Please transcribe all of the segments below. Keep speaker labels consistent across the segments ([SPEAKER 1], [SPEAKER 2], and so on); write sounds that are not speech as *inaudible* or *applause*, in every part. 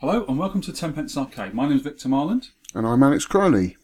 [SPEAKER 1] Hello and welcome to Tenpence Arcade. My name's Victor Marland.
[SPEAKER 2] And I'm Alex Crowley.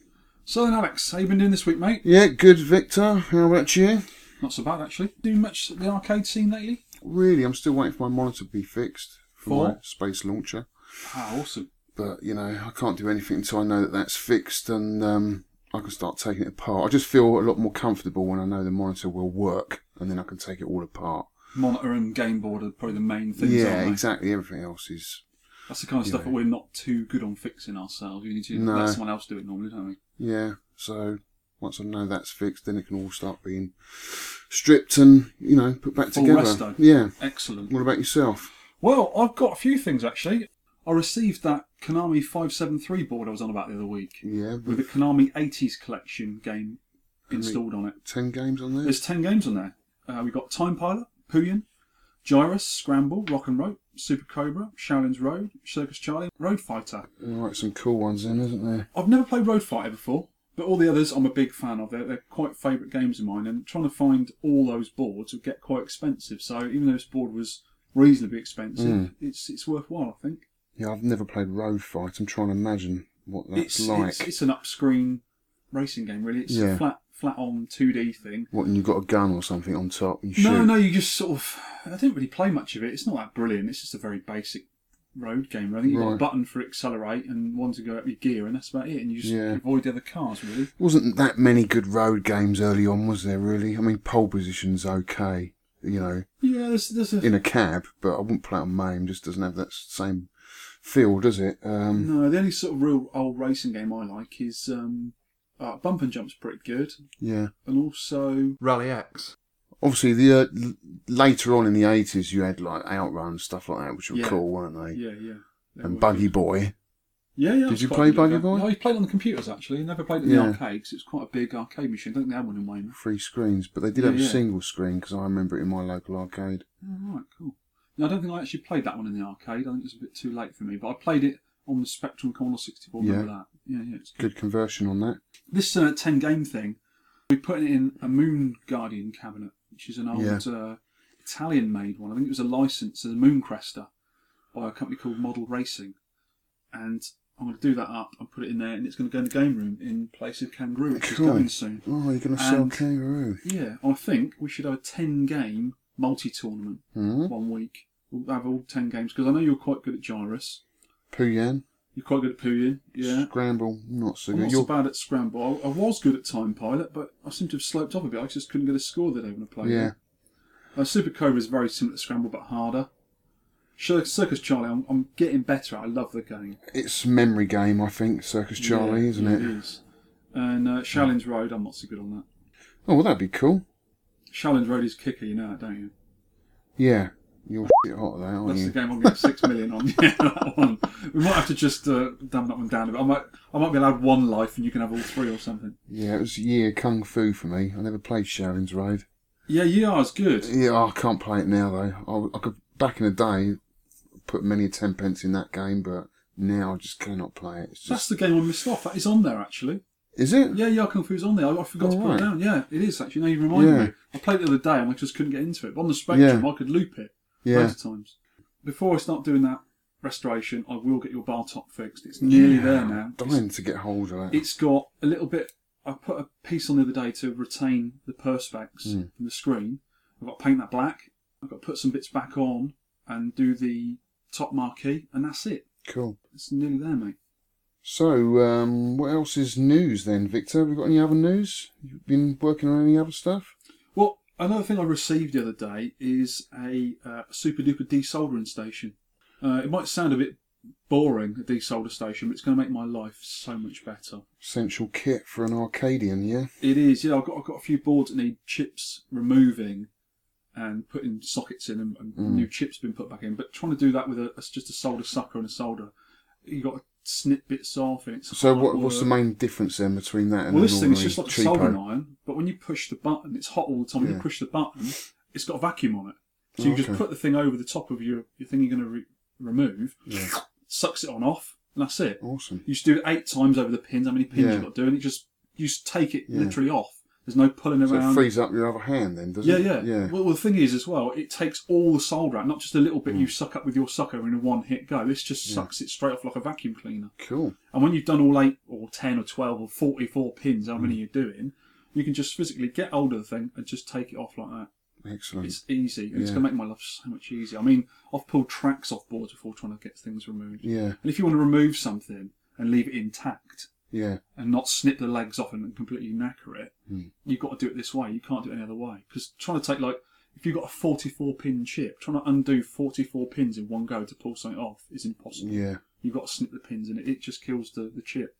[SPEAKER 1] So then, Alex, how you been doing this week, mate?
[SPEAKER 2] Yeah, good, Victor. How about you?
[SPEAKER 1] Not so bad, actually. Doing much at the arcade scene lately?
[SPEAKER 2] Really, I'm still waiting for my monitor to be fixed for,
[SPEAKER 1] For?
[SPEAKER 2] my space launcher.
[SPEAKER 1] Ah, awesome.
[SPEAKER 2] But, you know, I can't do anything until I know that that's fixed and um, I can start taking it apart. I just feel a lot more comfortable when I know the monitor will work and then I can take it all apart.
[SPEAKER 1] Monitor and game board are probably the main things,
[SPEAKER 2] yeah,
[SPEAKER 1] aren't they?
[SPEAKER 2] exactly. Everything else is.
[SPEAKER 1] That's the kind of stuff that
[SPEAKER 2] Anyway.
[SPEAKER 1] we're not too good on fixing ourselves. We need to
[SPEAKER 2] No.
[SPEAKER 1] let someone else do it normally, don't we?
[SPEAKER 2] Yeah, so once I know that's fixed, then it can all start being stripped and, you know, put back
[SPEAKER 1] Full
[SPEAKER 2] together.
[SPEAKER 1] resto.
[SPEAKER 2] Yeah.
[SPEAKER 1] Excellent.
[SPEAKER 2] What about yourself?
[SPEAKER 1] Well, I've got a few things, actually. I received that Konami 573 board I was on about the other week
[SPEAKER 2] Yeah,
[SPEAKER 1] with
[SPEAKER 2] with
[SPEAKER 1] the Konami 80s collection game installed on it.
[SPEAKER 2] 10 games on there?
[SPEAKER 1] There's 10 games on there. Uh, we've got Time Pilot, Puyan, Gyrus, Scramble, Rock and Rope, Super Cobra, Shaolin's Road, Circus Charlie, Road Fighter.
[SPEAKER 2] Right, some cool ones in, isn't there?
[SPEAKER 1] I've never played Road Fighter before, but all the others I'm a big fan of. They're, they're quite favourite games of mine, and trying to find all those boards would get quite expensive. So even though this board was reasonably expensive,
[SPEAKER 2] Hmm.
[SPEAKER 1] it's it's worthwhile, I think.
[SPEAKER 2] Yeah, I've never played Road Fight. I'm trying to imagine what
[SPEAKER 1] it's,
[SPEAKER 2] that's like.
[SPEAKER 1] it's it's an up-screen racing game, really. It's a
[SPEAKER 2] Yeah.
[SPEAKER 1] flat flat on 2D thing.
[SPEAKER 2] What, and you've got a gun or something on top and you
[SPEAKER 1] No,
[SPEAKER 2] shoot?
[SPEAKER 1] no, you just sort of. I didn't really play much of it. It's not that brilliant. It's just a very basic road game. I think you've got a
[SPEAKER 2] Right.
[SPEAKER 1] button for accelerate and one to go up your gear, and that's about it. And you just
[SPEAKER 2] Yeah.
[SPEAKER 1] avoid the other cars, really.
[SPEAKER 2] Wasn't that many good road games early on, was there really? I mean, pole position's okay, you know,
[SPEAKER 1] Yeah, there's, there's a.
[SPEAKER 2] in a cab, but I wouldn't play it on MAME. Just doesn't have that same feel, does it? Um,
[SPEAKER 1] No, the only sort of real old racing game I like is um, uh, Bump and Jump's pretty good,
[SPEAKER 2] Yeah.
[SPEAKER 1] and also
[SPEAKER 3] Rally X.
[SPEAKER 2] Obviously, the uh, l- later on in the 80s, you had like Outrun and stuff like that, which were
[SPEAKER 1] Yeah.
[SPEAKER 2] cool, weren't they?
[SPEAKER 1] yeah, yeah, they were
[SPEAKER 2] and Buggy
[SPEAKER 1] good.
[SPEAKER 2] Boy.
[SPEAKER 1] Yeah, yeah.
[SPEAKER 2] Did
[SPEAKER 1] it's
[SPEAKER 2] you
[SPEAKER 1] quite
[SPEAKER 2] play
[SPEAKER 1] a good
[SPEAKER 2] Buggy
[SPEAKER 1] game.
[SPEAKER 2] Boy?
[SPEAKER 1] No, I played it on the computers actually. I never played it in the
[SPEAKER 2] Yeah.
[SPEAKER 1] arcade 'cause it was quite a big arcade machine. I don't think they had one in Weymouth.
[SPEAKER 2] Three screens, but they did
[SPEAKER 1] Yeah,
[SPEAKER 2] have a
[SPEAKER 1] yeah.
[SPEAKER 2] single screen because I remember it in my local arcade.
[SPEAKER 1] All right, cool. No, I don't think I actually played that one in the arcade. I think it was a bit too late for me, but I played it on the Spectrum Commodore 64. Remember
[SPEAKER 2] Yeah.
[SPEAKER 1] that? Yeah, yeah. It's good.
[SPEAKER 2] Good conversion on that.
[SPEAKER 1] This uh, 10 game thing, we put it in a Moon Guardian cabinet, which is an old
[SPEAKER 2] Yeah.
[SPEAKER 1] uh, Italian made one. I think it was a license as a Moon Crester by a company called Model Racing. And I'm going to do that up and put it in there, and it's going to go in the game room in place of Kangaroo, which
[SPEAKER 2] Cool.
[SPEAKER 1] is going soon.
[SPEAKER 2] Oh, you're going to sell
[SPEAKER 1] And-
[SPEAKER 2] kangaroo.
[SPEAKER 1] Yeah, I think we should have a 10 game multi tournament
[SPEAKER 2] Hmm?
[SPEAKER 1] one week. We'll have all 10 games because I know you're quite good at Gyrus.
[SPEAKER 2] Puyan.
[SPEAKER 1] You're quite good at Puyin. Yeah.
[SPEAKER 2] Scramble, not so
[SPEAKER 1] I'm
[SPEAKER 2] good.
[SPEAKER 1] not so
[SPEAKER 2] You're,
[SPEAKER 1] bad at Scramble. I, I was good at Time Pilot, but I seem to have sloped off a bit. I just couldn't get a score the day when I played
[SPEAKER 2] yeah.
[SPEAKER 1] it. Uh, Super Cobra is very similar to Scramble but harder. Cir- Circus Charlie, I'm, I'm getting better at. I love the game.
[SPEAKER 2] It's memory game, I think, Circus Charlie,
[SPEAKER 1] Yeah,
[SPEAKER 2] isn't
[SPEAKER 1] yeah,
[SPEAKER 2] it?
[SPEAKER 1] It is. And uh, Shaolin's Road, I'm not so good on that.
[SPEAKER 2] Oh, well, that'd be cool.
[SPEAKER 1] Shaolin's Road is kicker, you know that, don't you?
[SPEAKER 2] Yeah. You're *laughs* shit hot at that, aren't
[SPEAKER 1] That's
[SPEAKER 2] Oh, you?
[SPEAKER 1] the game
[SPEAKER 2] *laughs*
[SPEAKER 1] I'm getting six million on. Yeah, *laughs* that one. We might have to just uh, dumb that one down a bit. I might, I might be allowed one life, and you can have all three or something.
[SPEAKER 2] Yeah, it was year Kung Fu for me. I never played Shaolin's Raid.
[SPEAKER 1] Yeah, you are is good.
[SPEAKER 2] Yeah, I can't play it now, though. I, I could, back in the day, put many a tenpence in that game, but now I just cannot play it. It's
[SPEAKER 1] That's
[SPEAKER 2] just,
[SPEAKER 1] the game I missed off. That is on there actually.
[SPEAKER 2] is it?
[SPEAKER 1] Yeah, Yar Kung Fu's on there. I, I forgot to put
[SPEAKER 2] Alright.
[SPEAKER 1] it down. Yeah, it is actually. Now you remind
[SPEAKER 2] Yeah.
[SPEAKER 1] me. I played it the other day, and I just couldn't get into it. But on the spectrum,
[SPEAKER 2] Yeah.
[SPEAKER 1] I could loop it
[SPEAKER 2] Yeah.
[SPEAKER 1] loads of times. Before I start doing that restoration, I will get your bar top fixed. It's nearly
[SPEAKER 2] Yeah,
[SPEAKER 1] there now. It's-
[SPEAKER 2] Dying to get hold of that.
[SPEAKER 1] It's got a little bit. I put a piece on the other day to retain the perspex
[SPEAKER 2] Mm.
[SPEAKER 1] from the screen. I've got to paint that black. I've got to put some bits back on and do the top marquee, and that's it.
[SPEAKER 2] cool.
[SPEAKER 1] It's nearly there, mate.
[SPEAKER 2] So, um, what else is news then, Victor? Have we got any other news? You've been working on any other stuff?
[SPEAKER 1] Well, another thing I received the other day is a uh, super duper desoldering station. Uh, it might sound a bit boring, a desolder station, but it's going to make my life so much better.
[SPEAKER 2] Essential kit for an Arcadian, yeah?
[SPEAKER 1] It is, yeah. I've got, I've got a few boards that need chips removing and putting sockets in, and, and
[SPEAKER 2] Mm.
[SPEAKER 1] new chips been put back in. But trying to do that with a, a- just a solder sucker and a solder, you got to snip bits off, and it's
[SPEAKER 2] So,
[SPEAKER 1] hard
[SPEAKER 2] what, what's the
[SPEAKER 1] work.
[SPEAKER 2] main difference then between that and
[SPEAKER 1] Oh, uh, Well,
[SPEAKER 2] an
[SPEAKER 1] this thing is
[SPEAKER 2] ordinary
[SPEAKER 1] just like a
[SPEAKER 2] cheapo?
[SPEAKER 1] soldering iron, but when you push the button, it's hot all the time. When you
[SPEAKER 2] Yeah.
[SPEAKER 1] push the button, it's got a vacuum on it. So you just
[SPEAKER 2] Okay.
[SPEAKER 1] put the thing over the top of your, your thing you're going to re- remove,
[SPEAKER 2] Yeah.
[SPEAKER 1] sucks it on off, and that's it.
[SPEAKER 2] Awesome.
[SPEAKER 1] You just do it eight times over the pins, how many pins
[SPEAKER 2] Yeah.
[SPEAKER 1] you've got to do, and it just you just take it
[SPEAKER 2] Yeah.
[SPEAKER 1] literally off. There's no pulling
[SPEAKER 2] So
[SPEAKER 1] around.
[SPEAKER 2] it frees up your other hand then, doesn't
[SPEAKER 1] yeah,
[SPEAKER 2] it?
[SPEAKER 1] yeah,
[SPEAKER 2] Yeah.
[SPEAKER 1] Well, the thing is, as well, it takes all the solder out, not just a little bit
[SPEAKER 2] Mm.
[SPEAKER 1] you suck up with your sucker in a one hit go. This just sucks it straight off like a vacuum cleaner.
[SPEAKER 2] Cool.
[SPEAKER 1] And when you've done all eight or ten or twelve or forty-four pins, how
[SPEAKER 2] Mm.
[SPEAKER 1] many you're doing, you can just physically get hold of the thing and just take it off like that.
[SPEAKER 2] Excellent.
[SPEAKER 1] It's easy. and It's
[SPEAKER 2] Yeah.
[SPEAKER 1] going to make my life so much easier. I mean, I've pulled tracks off boards before trying to get things removed.
[SPEAKER 2] yeah,
[SPEAKER 1] And if you want to remove something and leave it intact
[SPEAKER 2] yeah.
[SPEAKER 1] and not snip the legs off and completely knacker it,
[SPEAKER 2] Hmm.
[SPEAKER 1] you've got to do it this way. You can't do it any other way. Because trying to take, like, if you've got a 44 pin chip, trying to undo 44 pins in one go to pull something off is impossible.
[SPEAKER 2] Yeah.
[SPEAKER 1] You've got to snip the pins and it, it just kills the, the chip.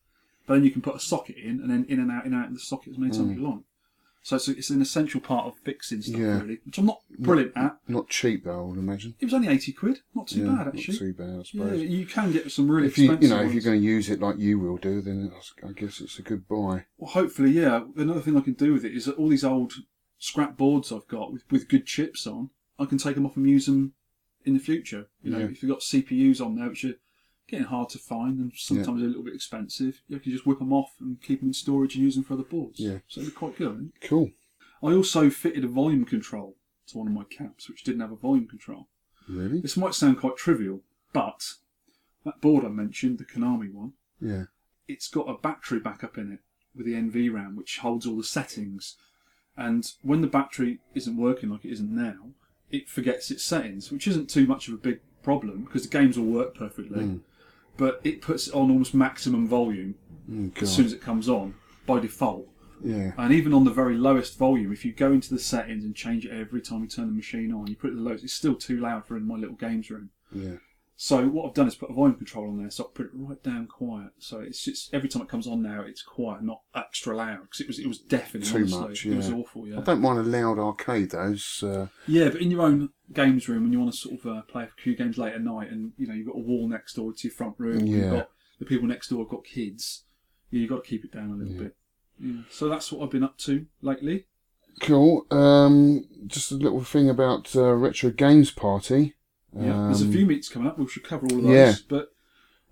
[SPEAKER 1] But then you can put a socket in and then in and out, in and out, and the socket is made something long. So it's, it's an essential part of fixing stuff,
[SPEAKER 2] Hmm. Yeah.
[SPEAKER 1] really, which I'm not brilliant at.
[SPEAKER 2] Not cheap though, I would imagine.
[SPEAKER 1] It was only 80 quid. Not too
[SPEAKER 2] yeah,
[SPEAKER 1] bad, actually.
[SPEAKER 2] Not too bad, I
[SPEAKER 1] yeah,
[SPEAKER 2] suppose.
[SPEAKER 1] you can get some really
[SPEAKER 2] if you
[SPEAKER 1] expensive
[SPEAKER 2] you know if
[SPEAKER 1] ones.
[SPEAKER 2] you're going to use it like you will do, then it's- I guess it's a good buy.
[SPEAKER 1] Well, hopefully, yeah. Another thing I can do with it is that all these old scrap boards I've got with, with good chips on, I can take them off and use them in the future. You know,
[SPEAKER 2] Yeah.
[SPEAKER 1] if you've got CPUs on there, which are getting hard to find and sometimes a little bit expensive, you can just whip them off and keep them in storage and use them for other boards.
[SPEAKER 2] Yeah.
[SPEAKER 1] So they're quite good. I think.
[SPEAKER 2] Cool.
[SPEAKER 1] I also fitted a volume control to one of my caps, which didn't have a volume control.
[SPEAKER 2] Really?
[SPEAKER 1] This might sound quite trivial, but that board I mentioned, the Konami one,
[SPEAKER 2] Yeah.
[SPEAKER 1] it's got a battery backup in it with the NV RAM, which holds all the settings. And when the battery isn't working like it isn't now, it forgets its settings, which isn't too much of a big problem because the games will work perfectly. But it puts it on almost maximum volume
[SPEAKER 2] Mm,
[SPEAKER 1] as soon
[SPEAKER 2] God.
[SPEAKER 1] as it comes on by default.
[SPEAKER 2] Yeah.
[SPEAKER 1] And even on the very lowest volume, if you go into the settings and change it every time you turn the machine on, you put it the lowest, it's still too loud for in my little games room.
[SPEAKER 2] Yeah.
[SPEAKER 1] So what I've done is put a volume control on there, so I put it right down quiet. So it's just every time it comes on now, it's quiet, not extra loud because it was it was deafening.
[SPEAKER 2] Too
[SPEAKER 1] honestly.
[SPEAKER 2] much,
[SPEAKER 1] It was
[SPEAKER 2] yeah.
[SPEAKER 1] awful.
[SPEAKER 2] I
[SPEAKER 1] Yeah.
[SPEAKER 2] don't mind a loud arcade though. it's, uh,
[SPEAKER 1] Yeah, but in your own games room, when you want to sort of uh, play a few games late at night, and you know you've got a wall next door to your front room, or you've
[SPEAKER 2] Yeah.
[SPEAKER 1] got the people next door have got kids. Yeah, you've got to keep it down a little bit. Yeah. So that's what I've been up to lately.
[SPEAKER 2] cool. Um, just a little thing about uh, retro games party.
[SPEAKER 1] Yeah, there's a
[SPEAKER 2] Um,
[SPEAKER 1] few meets coming up. We should cover all of those.
[SPEAKER 2] Yeah.
[SPEAKER 1] But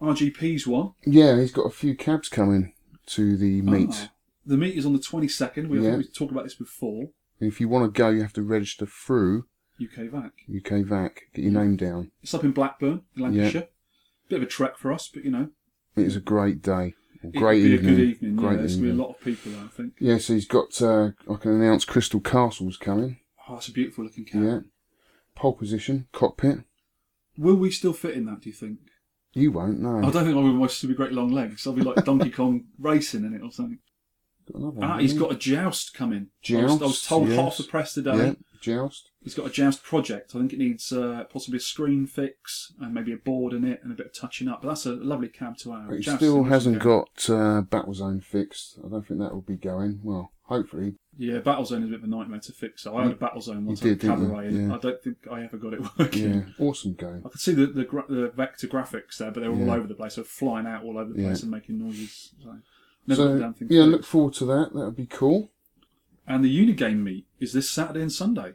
[SPEAKER 1] RGP's one.
[SPEAKER 2] Yeah, he's got a few cabs coming to the meet.
[SPEAKER 1] Ah, the meet is on the 22nd. We I
[SPEAKER 2] Yeah.
[SPEAKER 1] think we talked about this before.
[SPEAKER 2] If you want to go, you have to register through
[SPEAKER 1] UK VAC.
[SPEAKER 2] UK VAC. Get your name down.
[SPEAKER 1] It's up in Blackburn, in Lancashire. Bit of a trek for us, but you know,
[SPEAKER 2] It is a great day. A
[SPEAKER 1] it
[SPEAKER 2] Great
[SPEAKER 1] would be
[SPEAKER 2] evening.
[SPEAKER 1] a good evening. yeah,
[SPEAKER 2] Great
[SPEAKER 1] there's going to
[SPEAKER 2] evening.
[SPEAKER 1] be a lot of people there, I think.
[SPEAKER 2] Yeah, so he's got. Uh, I can announce Crystal Castle's coming.
[SPEAKER 1] Oh, it's a beautiful looking cab.
[SPEAKER 2] Yeah. Pole position, cockpit.
[SPEAKER 1] Will we still fit in that, do you think?
[SPEAKER 2] You won't know.
[SPEAKER 1] I don't think I'll be my super great long legs. I'll be
[SPEAKER 2] *laughs*
[SPEAKER 1] like Donkey Kong racing in it or something.
[SPEAKER 2] Got another one,
[SPEAKER 1] Ah, he's
[SPEAKER 2] haven't
[SPEAKER 1] got a joust coming. I, was, I was
[SPEAKER 2] Joust,
[SPEAKER 1] told hot off
[SPEAKER 2] yes.
[SPEAKER 1] the press today.
[SPEAKER 2] he? Yeah, joust.
[SPEAKER 1] He's got a joust project. I think it needs uh, possibly a screen fix and maybe a board in it and a bit of touching up. But that's a lovely cab to
[SPEAKER 2] But
[SPEAKER 1] our.
[SPEAKER 2] he still hasn't got uh, battle zone fixed. I don't think that will be going. Well, hopefully.
[SPEAKER 1] Yeah, Battlezone is a bit of a nightmare to fix. So I had a Battlezone once.
[SPEAKER 2] You
[SPEAKER 1] I had
[SPEAKER 2] did, didn't you?
[SPEAKER 1] Cabaret, and
[SPEAKER 2] Yeah.
[SPEAKER 1] I don't think I ever got it *laughs* working.
[SPEAKER 2] Yeah, awesome game.
[SPEAKER 1] I could see the the, gra- the vector graphics there, but they were all
[SPEAKER 2] Yeah.
[SPEAKER 1] over the place. They were flying out all over the
[SPEAKER 2] Yeah.
[SPEAKER 1] place and making noises. So never got
[SPEAKER 2] so
[SPEAKER 1] down things.
[SPEAKER 2] yeah,
[SPEAKER 1] like
[SPEAKER 2] look forward to that. That would be cool.
[SPEAKER 1] that. And the Unigame meet is this Saturday and Sunday.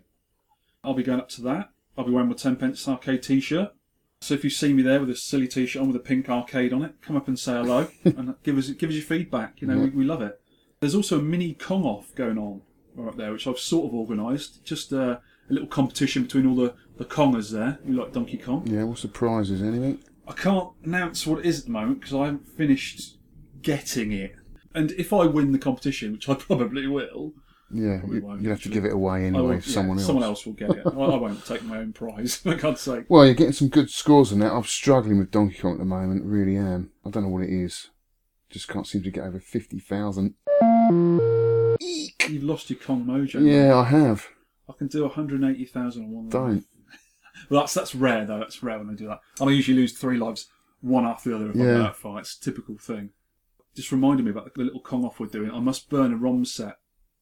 [SPEAKER 1] I'll be going up to that. I'll be wearing my ten pence arcade T-shirt. So if you see me there with a silly T-shirt on with a pink arcade on it, come up and say hello and give us give us your feedback. You know, we, we love it. There's also a mini Kong off going on right up there, which I've sort of organised. Just uh, a little competition between all the the Kongers there. who like Donkey Kong.
[SPEAKER 2] Yeah, what's the prizes? Anything?
[SPEAKER 1] I can't announce what it is at the moment because I haven't finished getting it. And if I win the competition, which I *laughs* probably will,
[SPEAKER 2] Yeah,
[SPEAKER 1] Probably
[SPEAKER 2] you,
[SPEAKER 1] won't,
[SPEAKER 2] you'll have to
[SPEAKER 1] actually.
[SPEAKER 2] give it away
[SPEAKER 1] I will,
[SPEAKER 2] anyway.
[SPEAKER 1] yeah,
[SPEAKER 2] someone else.
[SPEAKER 1] someone else will get it. I, I won't take my own prize *laughs* for God's sake.
[SPEAKER 2] Well, you're getting some good scores on that. I'm struggling with Donkey Kong at the moment. Really am. I don't know what it is. Just can't seem to get over fifty thousand.
[SPEAKER 1] You've lost your Kong mojo.
[SPEAKER 2] Yeah, I have.
[SPEAKER 1] I can do 180,000 on one. life.
[SPEAKER 2] Don't.
[SPEAKER 1] Well, that's that's rare though. That's rare when I do that. And I usually lose three lives, one after the other, if
[SPEAKER 2] Yeah.
[SPEAKER 1] I'm that far. It's a typical thing. Just reminded me about the little Kong off we're doing. I must burn a ROM set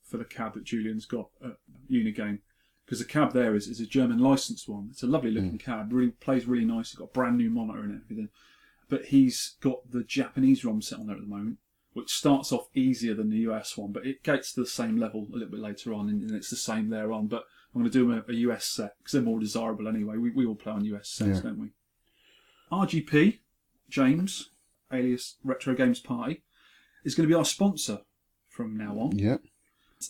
[SPEAKER 1] for the cab that Julian's got at Unigame because the cab there is, is a German licensed one. It's a lovely looking cab. Really plays really nice. It's got a brand new monitor in it, and everything. But he's got the Japanese ROM set on there at the moment, which starts off easier than the US one, but it gets to the same level a little bit later on, and, and it's the same there on. But I'm going to do him a, a US set because they're more desirable anyway. We, we all play on US sets,
[SPEAKER 2] Yeah.
[SPEAKER 1] don't we? RGP, James, alias Retro Games Party, is going to be our sponsor from now on.
[SPEAKER 2] Yep.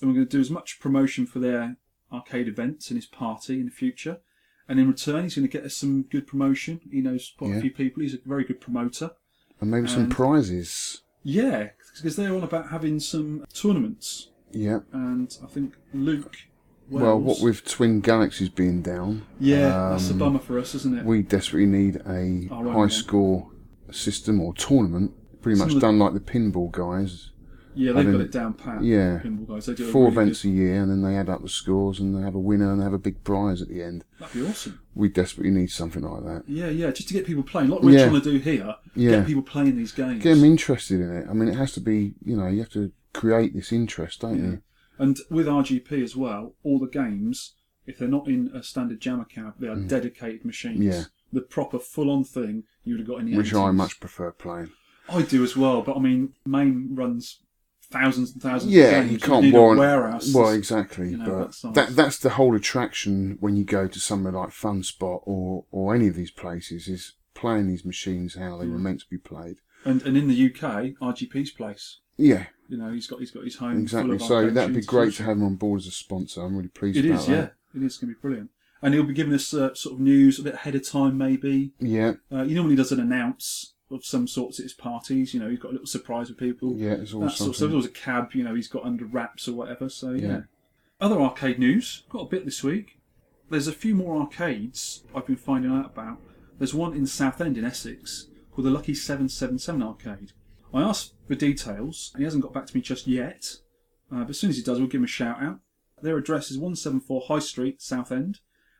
[SPEAKER 1] And we're going to do as much promotion for their arcade events and his party in the future. And in return, he's going to get us some good promotion. He knows quite
[SPEAKER 2] Yeah.
[SPEAKER 1] a few people. He's a very good promoter.
[SPEAKER 2] And maybe some
[SPEAKER 1] And-
[SPEAKER 2] prizes.
[SPEAKER 1] Yeah, because they're all about having some tournaments.
[SPEAKER 2] Yeah.
[SPEAKER 1] And I think Luke. Wells,
[SPEAKER 2] Well, what with Twin Galaxies being down,
[SPEAKER 1] Yeah, that's a
[SPEAKER 2] um,
[SPEAKER 1] bummer for us, isn't it? Oh,
[SPEAKER 2] we desperately need a
[SPEAKER 1] Our own
[SPEAKER 2] high
[SPEAKER 1] one.
[SPEAKER 2] score system or tournament. Pretty
[SPEAKER 1] Some
[SPEAKER 2] much
[SPEAKER 1] of the-
[SPEAKER 2] done like the pinball guys.
[SPEAKER 1] yeah, they've got
[SPEAKER 2] I mean,
[SPEAKER 1] it down pat.
[SPEAKER 2] yeah.
[SPEAKER 1] the Pinball guys. They do a
[SPEAKER 2] Four
[SPEAKER 1] really good-
[SPEAKER 2] events a year, and then they add up the scores, and they have a winner, and they have a big prize at the end.
[SPEAKER 1] That'd be awesome.
[SPEAKER 2] We desperately need something like that.
[SPEAKER 1] Yeah, yeah, just to get people playing. Like we're
[SPEAKER 2] Yeah.
[SPEAKER 1] trying to do here,
[SPEAKER 2] Yeah.
[SPEAKER 1] get people playing these games.
[SPEAKER 2] Get them interested in it. I mean, it has to be, you know, you have to create this interest, don't you?
[SPEAKER 1] And with RGP as well, all the games, if they're not in a standard jammer cab, they are dedicated machines.
[SPEAKER 2] Hmm. Yeah.
[SPEAKER 1] The proper full-on thing you would have got in the
[SPEAKER 2] Which I
[SPEAKER 1] 80s.
[SPEAKER 2] much prefer playing.
[SPEAKER 1] I do as well, but I mean, main runs thousands and thousands. of
[SPEAKER 2] Yeah,
[SPEAKER 1] games.
[SPEAKER 2] you can't
[SPEAKER 1] need a
[SPEAKER 2] warrant.
[SPEAKER 1] warehouse.
[SPEAKER 2] well, exactly.
[SPEAKER 1] you know,
[SPEAKER 2] but
[SPEAKER 1] that's nice.
[SPEAKER 2] that that's the whole attraction when you go to somewhere like Fun Spot or or any of these places is playing these machines how they were
[SPEAKER 1] Hmm.
[SPEAKER 2] meant to be played.
[SPEAKER 1] and and in the UK, RGP's place.
[SPEAKER 2] Yeah,
[SPEAKER 1] You know, he's got he's got his home. Full
[SPEAKER 2] exactly.
[SPEAKER 1] of
[SPEAKER 2] So
[SPEAKER 1] arcade
[SPEAKER 2] that'd be
[SPEAKER 1] machines.
[SPEAKER 2] great to have him on board as a sponsor. I'm really pleased
[SPEAKER 1] It
[SPEAKER 2] about
[SPEAKER 1] is, yeah.
[SPEAKER 2] that.
[SPEAKER 1] It is going to be brilliant. And he'll be giving us uh, sort of news a bit ahead of time, maybe.
[SPEAKER 2] Yeah,
[SPEAKER 1] Uh, he normally does an announce of some sorts at his parties. You know, he's got a little surprise for people.
[SPEAKER 2] yeah, it's all
[SPEAKER 1] that sort of stuff.
[SPEAKER 2] something.
[SPEAKER 1] There was a cab, you know, he's got under wraps or whatever. So yeah.
[SPEAKER 2] Yeah.
[SPEAKER 1] Other arcade news. Got a bit this week. There's a few more arcades I've been finding out about. There's one in Southend in Essex called the Lucky Seven Seven Seven Arcade. I asked for details. He hasn't got back to me just yet. Uh, but as soon as he does, we'll give him a shout out. Their address is 174 High Street, Southend.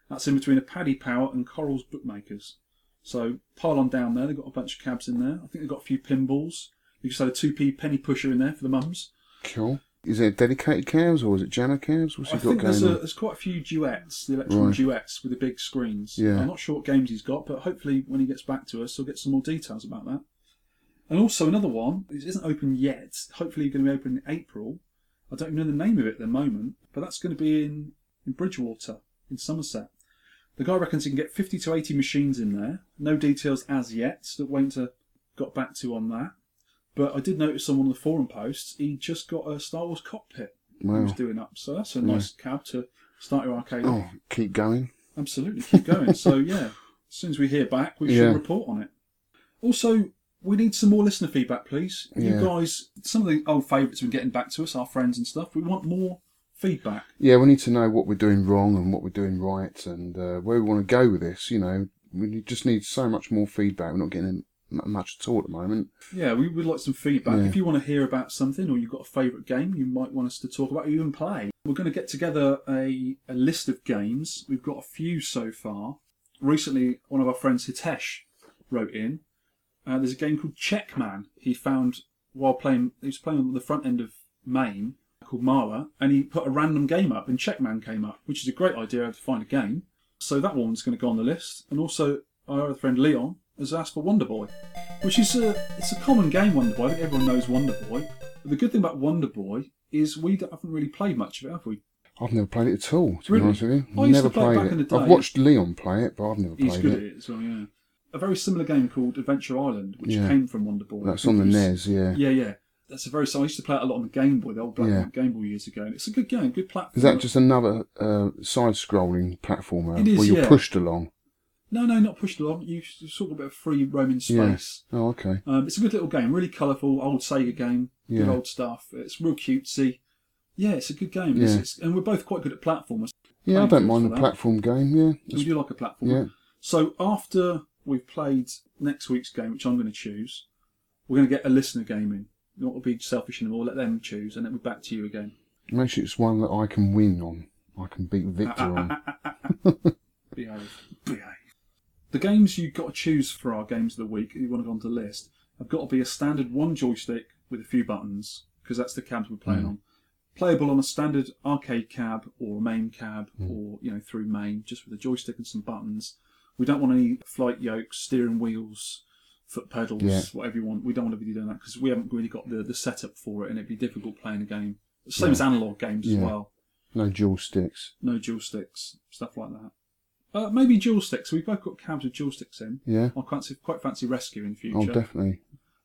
[SPEAKER 1] That's in between a Paddy Power and Coral's Bookmakers. So pile on down there. They've got a bunch of cabs in there. I think they've got a few pinballs. They just had a 2p penny pusher in there for the mums.
[SPEAKER 2] Cool. Is it dedicated cabs or is it jammer cabs? What's
[SPEAKER 1] I
[SPEAKER 2] he got
[SPEAKER 1] think
[SPEAKER 2] going
[SPEAKER 1] there's, a,
[SPEAKER 2] on?
[SPEAKER 1] there's quite a few duets, the electron
[SPEAKER 2] Right.
[SPEAKER 1] duets with the big screens.
[SPEAKER 2] Yeah.
[SPEAKER 1] I'm not sure what games he's got, but hopefully when he gets back to us, he'll get some more details about that. And also another one, it isn't open yet. Hopefully going to be open in April. I don't even know the name of it at the moment, but that's going to be in, in Bridgewater, in Somerset. The guy reckons he can get 50 to 80 machines in there. No details as yet. Still waiting to got back to on that. But I did notice on one of the forum posts, he just got a Star Wars cockpit he was
[SPEAKER 2] Wow.
[SPEAKER 1] doing up. So that's a nice cab to start your arcade. on.
[SPEAKER 2] Oh, keep going.
[SPEAKER 1] Absolutely, keep going.
[SPEAKER 2] *laughs*
[SPEAKER 1] so yeah, as soon as we hear back, we
[SPEAKER 2] Yeah.
[SPEAKER 1] should report on it. Also, we need some more listener feedback, please.
[SPEAKER 2] Yeah.
[SPEAKER 1] You guys, some of the old favourites have been getting back to us, our friends and stuff. We want more feedback.
[SPEAKER 2] Yeah, we need to know what we're doing wrong and what we're doing right and uh, where we want to go with this. You know, we just need so much more feedback. We're not getting m- much at all at the moment.
[SPEAKER 1] Yeah, we would like some feedback.
[SPEAKER 2] Yeah.
[SPEAKER 1] If you want to hear about something or you've got a favourite game you might want us to talk about or even play, we're going to get together a, a list of games. We've got a few so far. Recently, one of our friends, Hitesh, wrote in. Uh, there's a game called Checkman he found while playing, he was playing on the front end of Maine called Marla, and he put a random game up, and Checkman came up, which is a great idea to find a game. So that one's going to go on the list. And also, our other friend Leon has asked for Wonder Boy which is a it's a common game Wonder Boy. I think everyone knows Wonder Boy. But the good thing about Wonder Boy is we don't- haven't really played much of it, have we?
[SPEAKER 2] I've never played it at all, to
[SPEAKER 1] Really?
[SPEAKER 2] be honest with you.
[SPEAKER 1] I used
[SPEAKER 2] never
[SPEAKER 1] to play it
[SPEAKER 2] played
[SPEAKER 1] back in the
[SPEAKER 2] I've
[SPEAKER 1] day.
[SPEAKER 2] watched Leon play it, but I've never
[SPEAKER 1] He's
[SPEAKER 2] played
[SPEAKER 1] good at
[SPEAKER 2] it.
[SPEAKER 1] it as well. Yeah, a very similar game called Adventure Island, which
[SPEAKER 2] Yeah.
[SPEAKER 1] came from Wonder Boy.
[SPEAKER 2] That's on the
[SPEAKER 1] It was-
[SPEAKER 2] NES, yeah.
[SPEAKER 1] Yeah, yeah. That's a very. So I used to play it a lot on the Game Boy, the old black and
[SPEAKER 2] Yeah.
[SPEAKER 1] white Game Boy years ago. And it's a good game, good platform.
[SPEAKER 2] Is that just another uh, side-scrolling platformer
[SPEAKER 1] It is,
[SPEAKER 2] where you're
[SPEAKER 1] yeah.
[SPEAKER 2] pushed along?
[SPEAKER 1] No, no, not pushed along. You sort of a bit of free roaming space.
[SPEAKER 2] Yeah. Oh, okay.
[SPEAKER 1] Um, it's a good little game, really colourful, old Sega game, good
[SPEAKER 2] Yeah.
[SPEAKER 1] old stuff. It's real cutesy. Yeah, it's a good game. It's-
[SPEAKER 2] Yeah.
[SPEAKER 1] it's- and we're both quite good at platformers.
[SPEAKER 2] Yeah, I
[SPEAKER 1] Thank
[SPEAKER 2] don't
[SPEAKER 1] you
[SPEAKER 2] mind
[SPEAKER 1] for
[SPEAKER 2] the
[SPEAKER 1] that.
[SPEAKER 2] platform game. Yeah,
[SPEAKER 1] We
[SPEAKER 2] That's-
[SPEAKER 1] do like a platform.
[SPEAKER 2] yeah.
[SPEAKER 1] So after we've played next week's game, which I'm going to choose, we're going to get a listener game in. Not to be selfish anymore. Let them choose, and then we're back to you again.
[SPEAKER 2] Make sure it's one that I can win on. I can beat Victor
[SPEAKER 1] *laughs*
[SPEAKER 2] on.
[SPEAKER 1] Behave. Behave. The games you've got to choose for our games of the week, if you want to go onto the list, have got to be a standard one joystick with a few buttons, because that's the cabs we're playing
[SPEAKER 2] Mm.
[SPEAKER 1] on. Playable on a standard arcade cab or a main cab
[SPEAKER 2] Mm.
[SPEAKER 1] or, you know, through main, just with a joystick and some buttons. We don't want any flight yokes, steering wheels, foot pedals,
[SPEAKER 2] Yeah.
[SPEAKER 1] whatever you want. We don't want to be doing that because we haven't really got the, the setup for it and it'd be difficult playing a game. Same as analog games as
[SPEAKER 2] Yeah.
[SPEAKER 1] well
[SPEAKER 2] No dual sticks.
[SPEAKER 1] no dual sticks, stuff like that. Uh, maybe dual sticks. We've both got cabs with dual sticks in.
[SPEAKER 2] Yeah.
[SPEAKER 1] I quite, quite fancy rescue in future.
[SPEAKER 2] Oh, definitely.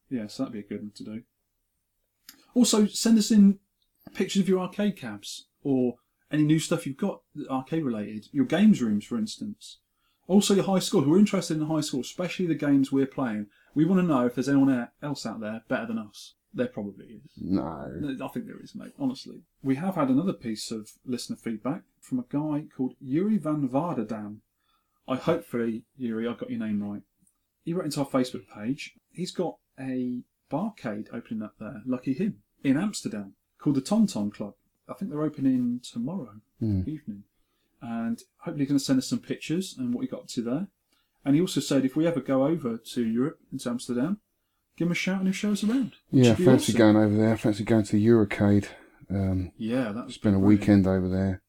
[SPEAKER 1] Yeah, so that'd be a good one to do. Also, send us in pictures of your arcade cabs or any new stuff you've got arcade related, your games rooms, for instance. Also, your high scores. We're interested in high scores, especially the games we're playing. We want to know if there's anyone out- else out there better than us. There probably is.
[SPEAKER 2] No.
[SPEAKER 1] No, I think there is, mate, honestly. We have had another piece of listener feedback from a guy called Yuri Van Varderdam. I hope for Yuri, I got your name right. He wrote into our Facebook page. He's got a barcade opening up there, lucky him, in Amsterdam called the Tonton Club. I think they're opening tomorrow
[SPEAKER 2] Hmm.
[SPEAKER 1] evening. And hopefully he's going to send us some pictures and what he got up to there. And he also said if we ever go over to Europe, into Amsterdam, give him a shout and he'll show us around. which
[SPEAKER 2] Yeah,
[SPEAKER 1] would be
[SPEAKER 2] fancy
[SPEAKER 1] awesome.
[SPEAKER 2] going over there. Fancy going to the Eurocade. Um,
[SPEAKER 1] Yeah, that's
[SPEAKER 2] spend a weekend over there.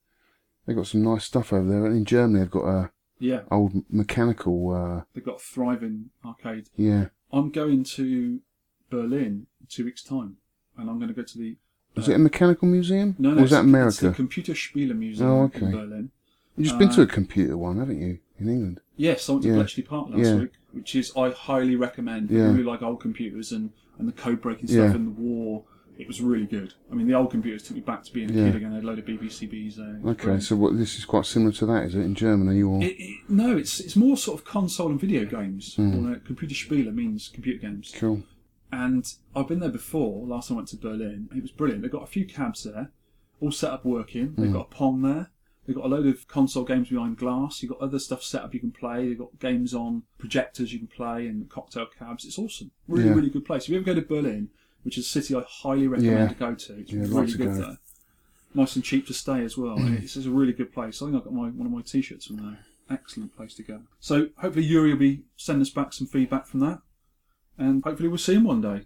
[SPEAKER 2] They've got some nice stuff over there. In Germany, they've got a
[SPEAKER 1] Yeah,
[SPEAKER 2] old mechanical. Uh,
[SPEAKER 1] they've got a thriving arcade.
[SPEAKER 2] yeah,
[SPEAKER 1] I'm going to Berlin in two weeks' time, and I'm going to go to the. uh,
[SPEAKER 2] was it a mechanical museum?
[SPEAKER 1] No, no,
[SPEAKER 2] or was
[SPEAKER 1] it's-
[SPEAKER 2] that
[SPEAKER 1] It's the
[SPEAKER 2] America?
[SPEAKER 1] Computer Spiele Museum
[SPEAKER 2] Oh,
[SPEAKER 1] in
[SPEAKER 2] okay.
[SPEAKER 1] Berlin.
[SPEAKER 2] You've just been to
[SPEAKER 1] uh,
[SPEAKER 2] a computer one, haven't you? In England.
[SPEAKER 1] Yes, I went to
[SPEAKER 2] Yeah.
[SPEAKER 1] Bletchley Park last
[SPEAKER 2] Yeah.
[SPEAKER 1] week, which is I highly recommend.
[SPEAKER 2] Yeah.
[SPEAKER 1] I really like old computers and, and the code breaking stuff
[SPEAKER 2] Yeah.
[SPEAKER 1] and the war. It was really good. I mean, the old computers took me back to being a
[SPEAKER 2] Yeah.
[SPEAKER 1] kid again. They had a load of BBCBs there. It was
[SPEAKER 2] Okay,
[SPEAKER 1] brilliant.
[SPEAKER 2] so what, this is quite similar to that, is it? In Germany, or
[SPEAKER 1] It, it, no, it's it's more sort of console and video games.
[SPEAKER 2] Hmm.
[SPEAKER 1] Well, no, computer Spiele means computer games.
[SPEAKER 2] cool.
[SPEAKER 1] And I've been there before. Last time I went to Berlin, it was brilliant. They've got a few cabs there, all set up working.
[SPEAKER 2] Hmm.
[SPEAKER 1] They've got a pong there. They've got a load of console games behind glass. You've got other stuff set up you can play. They've got games on projectors you can play and cocktail cabs. It's awesome. Really,
[SPEAKER 2] Yeah.
[SPEAKER 1] really good place. If you ever go to Berlin, which is a city I highly recommend
[SPEAKER 2] Yeah.
[SPEAKER 1] to go to, it's
[SPEAKER 2] Yeah, I'd like
[SPEAKER 1] really
[SPEAKER 2] to
[SPEAKER 1] good
[SPEAKER 2] go.
[SPEAKER 1] there. Nice and cheap to stay as well. And it's, it's a really good place. I think I got my one of my t-shirts from there. Excellent place to go. So hopefully Yuri will be sending us back some feedback from that, and hopefully we'll see him one day.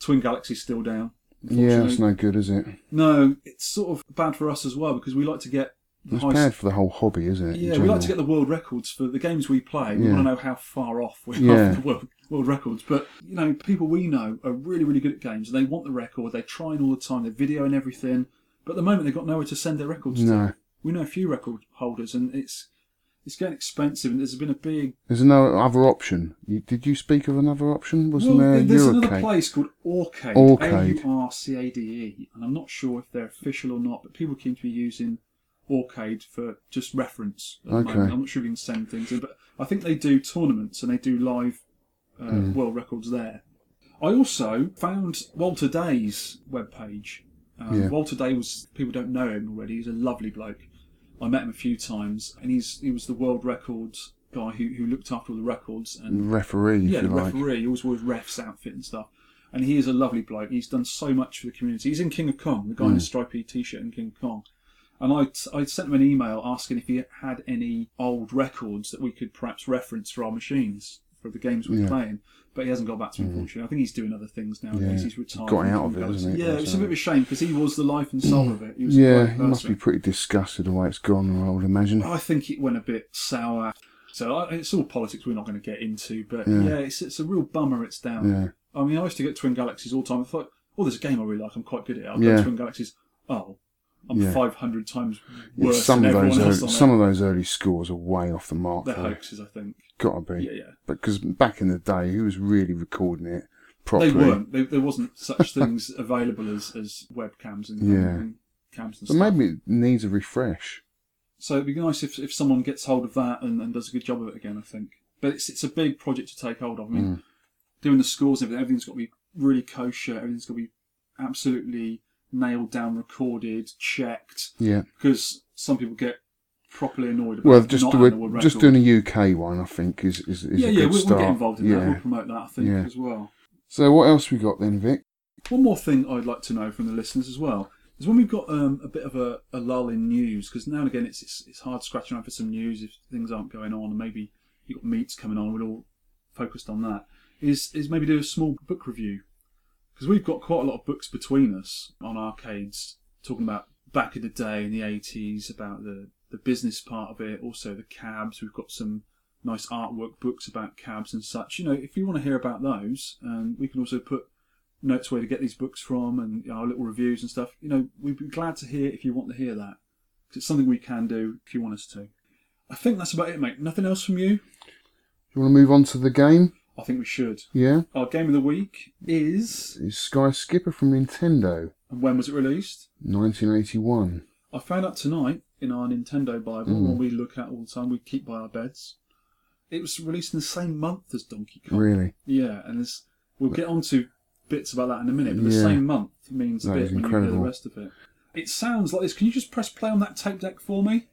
[SPEAKER 1] Twin Galaxy's still down.
[SPEAKER 2] Yeah,
[SPEAKER 1] unfortunately.
[SPEAKER 2] that's no good, is it?
[SPEAKER 1] No, it's sort of bad for us as well because we like to get the
[SPEAKER 2] It's
[SPEAKER 1] high.
[SPEAKER 2] bad for the whole hobby, isn't it? in
[SPEAKER 1] yeah, we like
[SPEAKER 2] general?
[SPEAKER 1] to get the world records for the games we play. We
[SPEAKER 2] Yeah.
[SPEAKER 1] want to know how far off we are
[SPEAKER 2] Yeah.
[SPEAKER 1] from the world, world records. But you know, people we know are really, really good at games, and they want the record. They're trying all the time. They're videoing everything. But at the moment, they've got nowhere to send their records
[SPEAKER 2] No.
[SPEAKER 1] to. We know a few record holders, and it's it's getting expensive. And there's been a big.
[SPEAKER 2] There's no other option. You, did you speak of another option? Wasn't
[SPEAKER 1] well,
[SPEAKER 2] there
[SPEAKER 1] there's another
[SPEAKER 2] Eurocade?
[SPEAKER 1] place called Orcade.
[SPEAKER 2] Orcade.
[SPEAKER 1] A-U-R-C-A-D-E, E. and I'm not sure if they're official or not, but people seem to be using Orcade for just reference. At
[SPEAKER 2] Okay.
[SPEAKER 1] The moment. I'm not sure if you can send things in, but I think they do tournaments and they do live uh, world records there. I also found Walter Day's webpage. Um,
[SPEAKER 2] Yeah.
[SPEAKER 1] Walter Day was people don't know him already. He's a lovely bloke. I met him a few times, and he's he was the world records guy who, who looked after all the records and
[SPEAKER 2] Referee, if
[SPEAKER 1] yeah,
[SPEAKER 2] you
[SPEAKER 1] the
[SPEAKER 2] like.
[SPEAKER 1] referee. He always wears refs outfit and stuff. And he is a lovely bloke. He's done so much for the community. He's in King of Kong, the guy
[SPEAKER 2] Mm.
[SPEAKER 1] in the stripy t-shirt in King of Kong. And I, I sent him an email asking if he had any old records that we could perhaps reference for our machines for the games we're
[SPEAKER 2] Yeah. Mm.
[SPEAKER 1] playing. But he hasn't got back to me, unfortunately. I think he's doing other things now.
[SPEAKER 2] Yeah.
[SPEAKER 1] He's retired.
[SPEAKER 2] Got out of it, hasn't he?
[SPEAKER 1] Yeah, it's a bit of a shame because he was the life and soul of it. He was a
[SPEAKER 2] Yeah,
[SPEAKER 1] great
[SPEAKER 2] he must
[SPEAKER 1] person. Ah,
[SPEAKER 2] be pretty disgusted the way it's gone, I would imagine.
[SPEAKER 1] I think it went a bit sour. So I, it's all politics we're not going to get into, but yeah,
[SPEAKER 2] Yeah.
[SPEAKER 1] it's, it's a real bummer it's down.
[SPEAKER 2] Yeah.
[SPEAKER 1] I mean, I used to get Twin Galaxies all the time. I thought, oh, there's a game I really like. I'm quite good at it. I've
[SPEAKER 2] Yeah.
[SPEAKER 1] done Twin Galaxies. Oh, I'm
[SPEAKER 2] Yeah.
[SPEAKER 1] 500 times
[SPEAKER 2] Yeah,
[SPEAKER 1] worse
[SPEAKER 2] some
[SPEAKER 1] than
[SPEAKER 2] of those
[SPEAKER 1] everyone else on
[SPEAKER 2] early, some
[SPEAKER 1] it.
[SPEAKER 2] of those early scores are way off the mark.
[SPEAKER 1] They're
[SPEAKER 2] though.
[SPEAKER 1] hoaxes, I think.
[SPEAKER 2] Gotta be.
[SPEAKER 1] Yeah, yeah.
[SPEAKER 2] Because back in the day, who was really recording it properly?
[SPEAKER 1] They weren't. They, there wasn't such things available as, as webcams and,
[SPEAKER 2] Yeah.
[SPEAKER 1] and cams and
[SPEAKER 2] But
[SPEAKER 1] stuff.
[SPEAKER 2] maybe it needs a refresh.
[SPEAKER 1] So it'd be nice if, if someone gets hold of that and, and does a good job of it again, I think. But it's, it's a big project to take hold of. I mean,
[SPEAKER 2] Mm.
[SPEAKER 1] doing the scores and everything, everything's got to be really kosher, everything's got to be absolutely nailed down, recorded, checked,
[SPEAKER 2] Yeah.
[SPEAKER 1] because some people get properly annoyed about
[SPEAKER 2] Well,
[SPEAKER 1] not
[SPEAKER 2] just
[SPEAKER 1] having
[SPEAKER 2] do
[SPEAKER 1] a world
[SPEAKER 2] it, just
[SPEAKER 1] record.
[SPEAKER 2] doing a UK one, I think, is is, is
[SPEAKER 1] Yeah,
[SPEAKER 2] a
[SPEAKER 1] yeah,
[SPEAKER 2] good
[SPEAKER 1] we'll,
[SPEAKER 2] start.
[SPEAKER 1] we'll get involved in
[SPEAKER 2] yeah.
[SPEAKER 1] that. We'll promote that, I think,
[SPEAKER 2] Yeah.
[SPEAKER 1] as well.
[SPEAKER 2] So what else we got then, Vic?
[SPEAKER 1] One more thing I'd like to know from the listeners as well is when we've got um, a bit of a, a lull in news, because now and again it's, it's it's hard scratching around for some news if things aren't going on, and maybe you've got meets coming on, we're all focused on that, is, is maybe do a small book review. Because we've got quite a lot of books between us on arcades, talking about back in the day in the 80s, about the, the business part of it, also the cabs. We've got some nice artwork books about cabs and such. You know, if you want to hear about those, and we can also put notes where to get these books from and our little reviews and stuff. You know, we'd be glad to hear if you want to hear that. 'Cause it's something we can do if you want us to. I think that's about it, mate. Nothing else from you?
[SPEAKER 2] You want to move on to the game?
[SPEAKER 1] I think we should.
[SPEAKER 2] Yeah,
[SPEAKER 1] Our game of the week is
[SPEAKER 2] it's Sky Skipper from Nintendo.
[SPEAKER 1] And when was it released?
[SPEAKER 2] 1981.
[SPEAKER 1] I found out tonight in our Nintendo Bible, one we look at all the time, we keep by our beds. It was released in the same month as Donkey Kong.
[SPEAKER 2] Really?
[SPEAKER 1] Yeah, and this, we'll get on to bits about that in a minute, but the
[SPEAKER 2] Yeah.
[SPEAKER 1] same month means a
[SPEAKER 2] That
[SPEAKER 1] bit
[SPEAKER 2] is
[SPEAKER 1] when you hear
[SPEAKER 2] incredible.
[SPEAKER 1] the rest of it. It sounds like this. Can you just press play on that tape deck for me?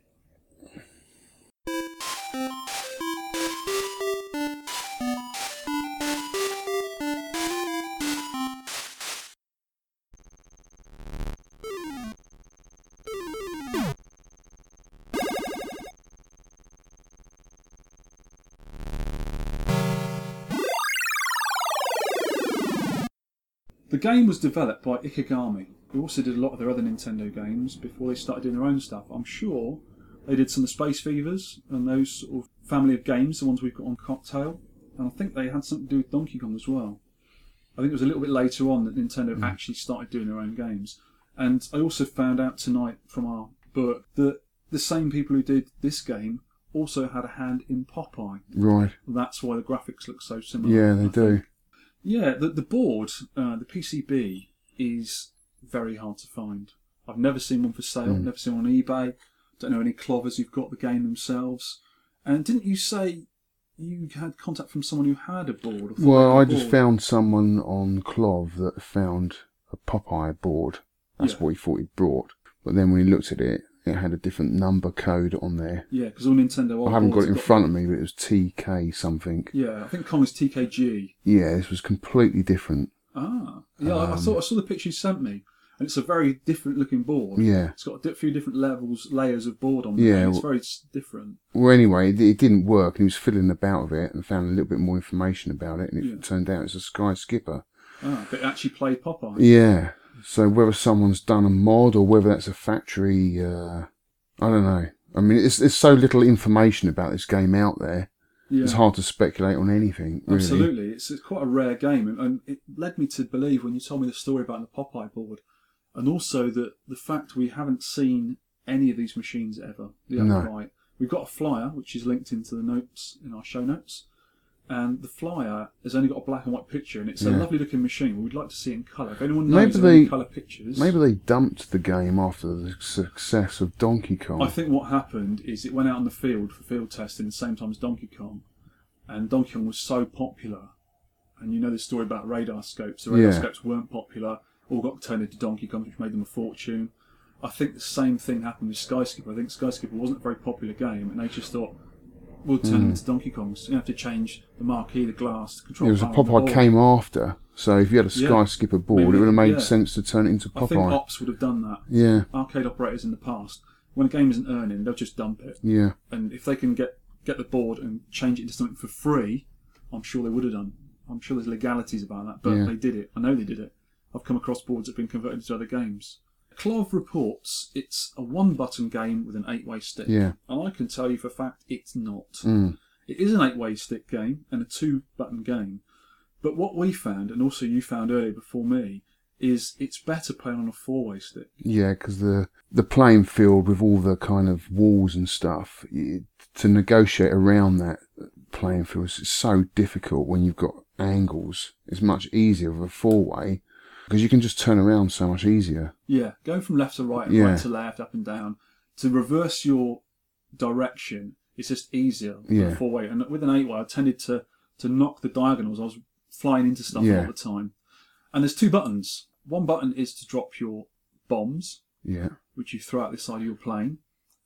[SPEAKER 1] The game was developed by Ikigami, who also did a lot of their other Nintendo games before they started doing their own stuff. I'm sure they did some of Space Fevers and those sort of family of games, the ones we've got on Cocktail, and I think they had something to do with Donkey Kong as well. I think it was a little bit later on that Nintendo actually started doing their own games. And I also found out tonight from our book that the same people who did this game also had a hand in Popeye.
[SPEAKER 2] Right.
[SPEAKER 1] That's why the graphics look so similar.
[SPEAKER 2] Yeah, they
[SPEAKER 1] I
[SPEAKER 2] do.
[SPEAKER 1] yeah, the, the board, uh, the PCB, is very hard to find. I've never seen one for sale,
[SPEAKER 2] Hmm.
[SPEAKER 1] never seen one on eBay. Don't know any clovers who've got the game themselves. And didn't you say you had contact from someone who had a board? Or thought
[SPEAKER 2] Well, I
[SPEAKER 1] they had a
[SPEAKER 2] just
[SPEAKER 1] board?
[SPEAKER 2] found someone on Clov that found a Popeye board. That's
[SPEAKER 1] Yeah.
[SPEAKER 2] what he thought he'd brought. But then when he looked at it, it had a different number code on there.
[SPEAKER 1] Yeah, because all Nintendo. old
[SPEAKER 2] I haven't got
[SPEAKER 1] boards
[SPEAKER 2] it in
[SPEAKER 1] have
[SPEAKER 2] front of me, but it was TK something.
[SPEAKER 1] Yeah, I think Kong is TKG.
[SPEAKER 2] Yeah, this was completely different.
[SPEAKER 1] Ah, yeah, I I
[SPEAKER 2] Um,
[SPEAKER 1] saw I saw the picture you sent me, and it's a very different looking board.
[SPEAKER 2] Yeah.
[SPEAKER 1] It's got a di- few different levels, layers of board on.
[SPEAKER 2] Yeah,
[SPEAKER 1] there. it's
[SPEAKER 2] well-
[SPEAKER 1] very s- different.
[SPEAKER 2] Well, anyway, it, it didn't work, and he was fiddling about with it and found a little bit more information about it, and it
[SPEAKER 1] Yeah.
[SPEAKER 2] turned out it's a Sky Skipper.
[SPEAKER 1] Ah, but it actually played Popeye.
[SPEAKER 2] Yeah. So whether someone's done a mod or whether that's a factory, uh, I don't know. I mean, it's, it's so little information about this game out there.
[SPEAKER 1] Yeah.
[SPEAKER 2] It's hard to speculate on anything, really.
[SPEAKER 1] Absolutely, it's, it's quite a rare game, and, and it led me to believe when you told me the story about the Popeye board, and also that the fact we haven't seen any of these machines ever. The
[SPEAKER 2] No.
[SPEAKER 1] upright. We've got a flyer which is linked into the notes in our show notes, and the flyer has only got a black and white picture, and it's a
[SPEAKER 2] Yeah.
[SPEAKER 1] lovely looking machine. We'd like to see it in colour. If anyone
[SPEAKER 2] Maybe
[SPEAKER 1] knows any
[SPEAKER 2] they-
[SPEAKER 1] colour pictures,
[SPEAKER 2] Maybe they dumped the game after the success of Donkey Kong.
[SPEAKER 1] I think what happened is it went out on the field for field testing the same time as Donkey Kong, and Donkey Kong was so popular. And you know the story about radar scopes. The radar
[SPEAKER 2] Yeah.
[SPEAKER 1] scopes weren't popular, all got turned into Donkey Kong, which made them a fortune. I think the same thing happened with Skyskipper. I think Skyskipper wasn't a very popular game, and they just thought, we'll turn
[SPEAKER 2] Hmm.
[SPEAKER 1] them into Donkey Kongs. You have to change the marquee, the glass, the control
[SPEAKER 2] it was a
[SPEAKER 1] panel, the
[SPEAKER 2] Popeye
[SPEAKER 1] board."
[SPEAKER 2] came after, so if you had a Sky
[SPEAKER 1] Yeah.
[SPEAKER 2] Skipper board,
[SPEAKER 1] Maybe,
[SPEAKER 2] it would have made
[SPEAKER 1] yeah.
[SPEAKER 2] sense to turn it into
[SPEAKER 1] I think
[SPEAKER 2] Popeye.
[SPEAKER 1] Ops would have done that.
[SPEAKER 2] yeah,
[SPEAKER 1] Arcade operators in the past, when a game isn't earning, they'll just dump it.
[SPEAKER 2] yeah.
[SPEAKER 1] and if they can get get the board and change it into something for free, I'm sure they would have done. I'm sure there's legalities about that, but
[SPEAKER 2] Yeah.
[SPEAKER 1] they did it. I know they did it. I've come across boards that have been converted into other games. Clove reports it's a one button game with an eight way stick.
[SPEAKER 2] Yeah. Hmm.
[SPEAKER 1] And I can tell you for a fact it's not. It is an eight way stick game and a two button game. But what we found, and also you found earlier before me, is it's better playing on a four way stick.
[SPEAKER 2] Yeah, because the the playing field with all the kind of walls and stuff y to negotiate around that playing field is so difficult when you've got angles. It's much easier with a four way because you can just turn around so much easier.
[SPEAKER 1] Yeah, going from left to right and
[SPEAKER 2] Yeah.
[SPEAKER 1] right to left, up and down. To reverse your direction, it's just easier
[SPEAKER 2] Yeah.
[SPEAKER 1] four way. And with an eight way, I tended to, to knock the diagonals. I was flying into stuff
[SPEAKER 2] Yeah.
[SPEAKER 1] all the time. And there's two buttons. One button is to drop your bombs,
[SPEAKER 2] Yeah,
[SPEAKER 1] which you throw out the side of your plane.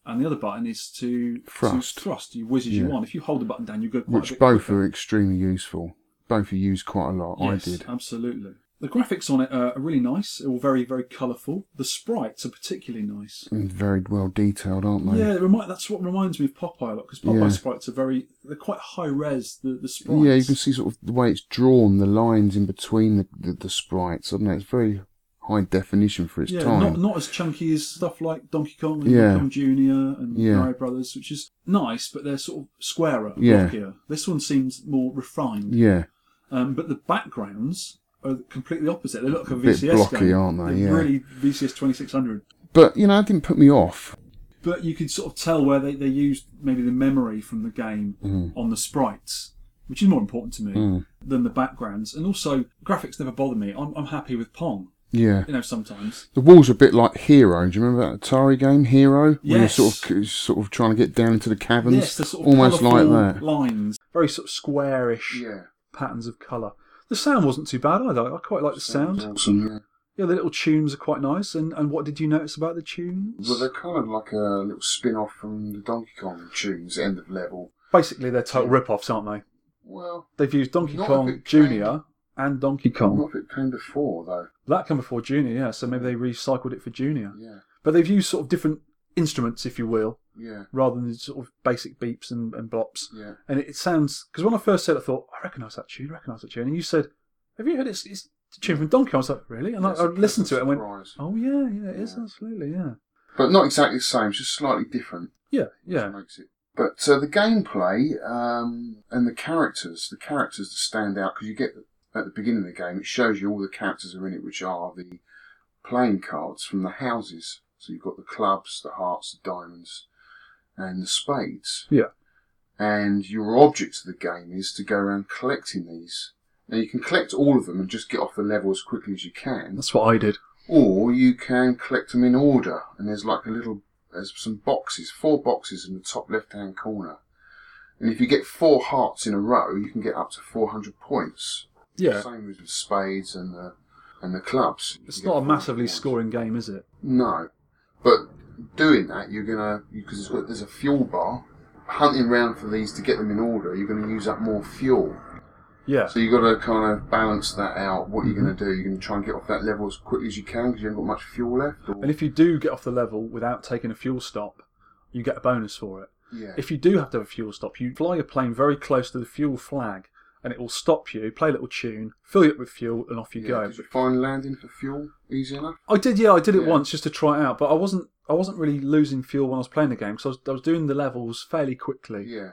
[SPEAKER 1] And the other button is to to
[SPEAKER 2] Thrust.
[SPEAKER 1] thrust. You whiz as you
[SPEAKER 2] Yeah.
[SPEAKER 1] want. If you hold the button down, you go quite a
[SPEAKER 2] which
[SPEAKER 1] bit
[SPEAKER 2] both
[SPEAKER 1] quicker.
[SPEAKER 2] are extremely useful. Both are used quite a lot. I did.
[SPEAKER 1] Absolutely. The graphics on it are are really nice, all very, very colourful. The sprites are particularly nice.
[SPEAKER 2] And very well detailed, aren't they?
[SPEAKER 1] Yeah, it remi- that's what reminds me of Popeye a lot because Popeye
[SPEAKER 2] Yeah.
[SPEAKER 1] sprites are very they're quite high res. The the sprites.
[SPEAKER 2] Yeah, you can see sort of the way it's drawn, the lines in between the the, the sprites. I don't know. It's very high definition for its
[SPEAKER 1] Yeah,
[SPEAKER 2] time.
[SPEAKER 1] not not as chunky as stuff like Donkey Kong, and
[SPEAKER 2] Yeah.
[SPEAKER 1] Donkey Kong Junior, and
[SPEAKER 2] Yeah.
[SPEAKER 1] Mario Brothers, which is nice, but they're sort of squarer,
[SPEAKER 2] Yeah.
[SPEAKER 1] blockier. This one seems more refined.
[SPEAKER 2] yeah,
[SPEAKER 1] Um, but the backgrounds are completely opposite. They look like a
[SPEAKER 2] Bit
[SPEAKER 1] VCS
[SPEAKER 2] blocky,
[SPEAKER 1] game.
[SPEAKER 2] aren't they?
[SPEAKER 1] They're
[SPEAKER 2] Yeah.
[SPEAKER 1] Really VCS twenty six hundred.
[SPEAKER 2] but you know, it didn't put me off.
[SPEAKER 1] but you could sort of tell where they, they used maybe the memory from the game
[SPEAKER 2] Mm-hmm.
[SPEAKER 1] on the sprites, which Mm.
[SPEAKER 2] Mm.
[SPEAKER 1] is more important to me than the backgrounds. And also, graphics never bother me. I'm, I'm happy with Pong.
[SPEAKER 2] Yeah.
[SPEAKER 1] You know, sometimes.
[SPEAKER 2] The walls are a bit like Hero. Do you remember that Atari game, Hero? When you're
[SPEAKER 1] Yes.
[SPEAKER 2] sort of, sort of trying to get down into the caverns.
[SPEAKER 1] Yes, the sort of
[SPEAKER 2] Almost like
[SPEAKER 1] colourful
[SPEAKER 2] that.
[SPEAKER 1] lines, very sort of squarish
[SPEAKER 2] Yeah.
[SPEAKER 1] patterns of colour. The sound wasn't too bad either. I quite like the sound.
[SPEAKER 2] Awesome, yeah.
[SPEAKER 1] Yeah, the little tunes are quite nice. And, and what did you notice about the tunes?
[SPEAKER 2] Well, they're kind of like a little spin off from the Donkey Kong tunes, end of level.
[SPEAKER 1] Basically, they're total rip-offs, aren't they?
[SPEAKER 2] Well,
[SPEAKER 1] They've used Donkey
[SPEAKER 2] Not if
[SPEAKER 1] Kong
[SPEAKER 2] it came-
[SPEAKER 1] Junior and Donkey
[SPEAKER 2] not
[SPEAKER 1] Kong.
[SPEAKER 2] if it came before, though.
[SPEAKER 1] That came before Junior, yeah. So maybe they recycled it for Junior.
[SPEAKER 2] Yeah,
[SPEAKER 1] But they've used sort of different instruments, if you will,
[SPEAKER 2] yeah,
[SPEAKER 1] rather than sort of basic beeps and, and blops.
[SPEAKER 2] yeah.
[SPEAKER 1] And it, it sounds because when I first said, it, I thought I recognise that tune, I recognise that tune. And you said, "Have you heard it? It's, it's a tune from Donkey Kong." I was like, "Really?" And I,
[SPEAKER 2] It's
[SPEAKER 1] I
[SPEAKER 2] a
[SPEAKER 1] listened to it and went,
[SPEAKER 2] surprise.
[SPEAKER 1] "Oh yeah, yeah, it is
[SPEAKER 2] Yeah.
[SPEAKER 1] absolutely yeah,
[SPEAKER 2] But not exactly the same, it's just slightly different.
[SPEAKER 1] yeah,
[SPEAKER 2] which
[SPEAKER 1] yeah."
[SPEAKER 2] makes it. But uh, the gameplay um, and the characters, the characters that stand out, because you get at the beginning of the game, it shows you all the characters that are in it, which are the playing cards from the houses. So you've got the clubs, the hearts, the diamonds, and the spades.
[SPEAKER 1] Yeah.
[SPEAKER 2] And your object of the game is to go around collecting these. Now you can collect all of them and just get off the level as quickly as you can
[SPEAKER 1] That's what I did.
[SPEAKER 2] or you can collect them in order. And there's like a little, there's some boxes, four boxes in the top left hand corner. And if you get four hearts in a row, you can get up to 400 points.
[SPEAKER 1] Yeah,
[SPEAKER 2] Same with the spades and the and the clubs. You
[SPEAKER 1] it's
[SPEAKER 2] can get
[SPEAKER 1] not a
[SPEAKER 2] 400
[SPEAKER 1] massively
[SPEAKER 2] points.
[SPEAKER 1] scoring game, is it?
[SPEAKER 2] No, but doing that, you're gonna because it's got there's a fuel bar. Hunting around for these to get them in order, you're going to use up more fuel.
[SPEAKER 1] Yeah,
[SPEAKER 2] So you've got to kind of balance that out. What you're
[SPEAKER 1] Mm-hmm.
[SPEAKER 2] going to do, you're going to try and get off that level as quickly as you can because you haven't got much fuel left. Or,
[SPEAKER 1] and if you do get off the level without taking a fuel stop, you get a bonus for it.
[SPEAKER 2] yeah.
[SPEAKER 1] If you do have to have a fuel stop, you fly your plane very close to the fuel flag, and it will stop you. Play a little tune, fill you up with fuel, and off you
[SPEAKER 2] Yeah,
[SPEAKER 1] go.
[SPEAKER 2] Did you find landing for fuel easy enough?
[SPEAKER 1] I did, yeah, I did it
[SPEAKER 2] Yeah.
[SPEAKER 1] once just to try it out, but I wasn't, I wasn't really losing fuel when I was playing the game because I was, I was doing the levels fairly quickly.
[SPEAKER 2] Yeah,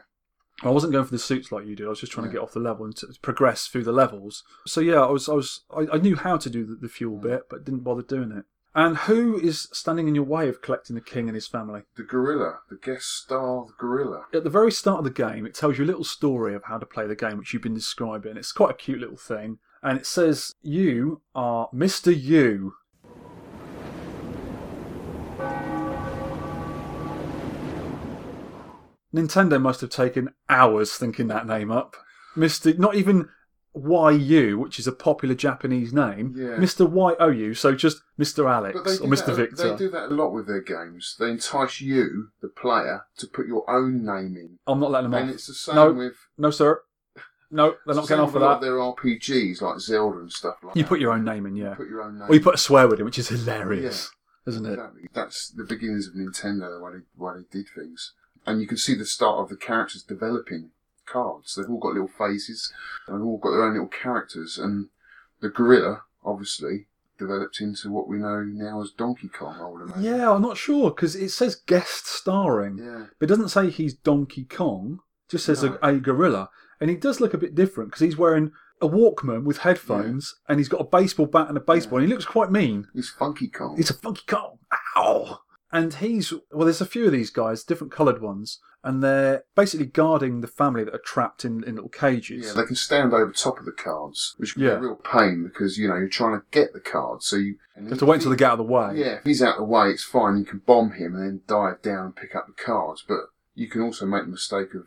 [SPEAKER 1] I wasn't going for the suits like you did. I was just trying to
[SPEAKER 2] Yeah.
[SPEAKER 1] get off the level and to progress through the levels. So yeah, I was, I was, I, I knew how to do the, the fuel bit, but didn't bother doing it. And who is standing in your way of collecting the king and his family?
[SPEAKER 2] the gorilla, the guest star, the gorilla.
[SPEAKER 1] At the very start of the game, it tells you a little story of how to play the game, which you've been describing. It's quite a cute little thing. And it says, You are Mr. You. Nintendo must have taken hours thinking that name up. Mr. Not even YU, which is a popular Japanese name.
[SPEAKER 2] Yeah.
[SPEAKER 1] Mr. YOU, so just Mr. Alex
[SPEAKER 2] But they do,
[SPEAKER 1] or Mr.
[SPEAKER 2] that,
[SPEAKER 1] Victor.
[SPEAKER 2] they do that a lot with their games. They entice you, the player, to put your own name in.
[SPEAKER 1] I'm not letting them
[SPEAKER 2] And
[SPEAKER 1] off.
[SPEAKER 2] it's the same
[SPEAKER 1] No.
[SPEAKER 2] with.
[SPEAKER 1] No, sir. No, they're
[SPEAKER 2] it's the
[SPEAKER 1] not
[SPEAKER 2] same
[SPEAKER 1] getting off
[SPEAKER 2] with
[SPEAKER 1] with
[SPEAKER 2] a lot
[SPEAKER 1] that.
[SPEAKER 2] of their RPGs like Zelda and stuff like
[SPEAKER 1] You
[SPEAKER 2] that.
[SPEAKER 1] put your own name in, yeah.
[SPEAKER 2] You put your own name
[SPEAKER 1] Or you put a swear word in, which is hilarious, isn't it?
[SPEAKER 2] Exactly. That's the beginnings of Nintendo, the way they, why they did things. And you can see the start of the characters developing cards. They've all got little faces, and they've all got their own little characters. And the gorilla, obviously, developed into what we know now as Donkey Kong, I would imagine.
[SPEAKER 1] Yeah, I'm not sure because it says guest starring,
[SPEAKER 2] Yeah.
[SPEAKER 1] but it doesn't say he's Donkey Kong. It just says
[SPEAKER 2] No.
[SPEAKER 1] a, a gorilla, and he does look a bit different because he's wearing a Walkman with headphones, and he's got a baseball bat and a baseball. And he looks quite mean.
[SPEAKER 2] He's Funky Kong.
[SPEAKER 1] It's a funky Kong. Ow! And he's well. There's a few of these guys, different coloured ones, and they're basically guarding the family that are trapped in, in little cages.
[SPEAKER 2] Yeah, they can stand over top of the cards, which can be
[SPEAKER 1] Yeah.
[SPEAKER 2] a real pain because you know you're trying to get the cards, so you and
[SPEAKER 1] You have to wait until they
[SPEAKER 2] if
[SPEAKER 1] get out of the way.
[SPEAKER 2] he- Yeah, Uh, if he's out of the way, it's fine. You can bomb him and then dive down and pick up the cards, but you can also make the mistake of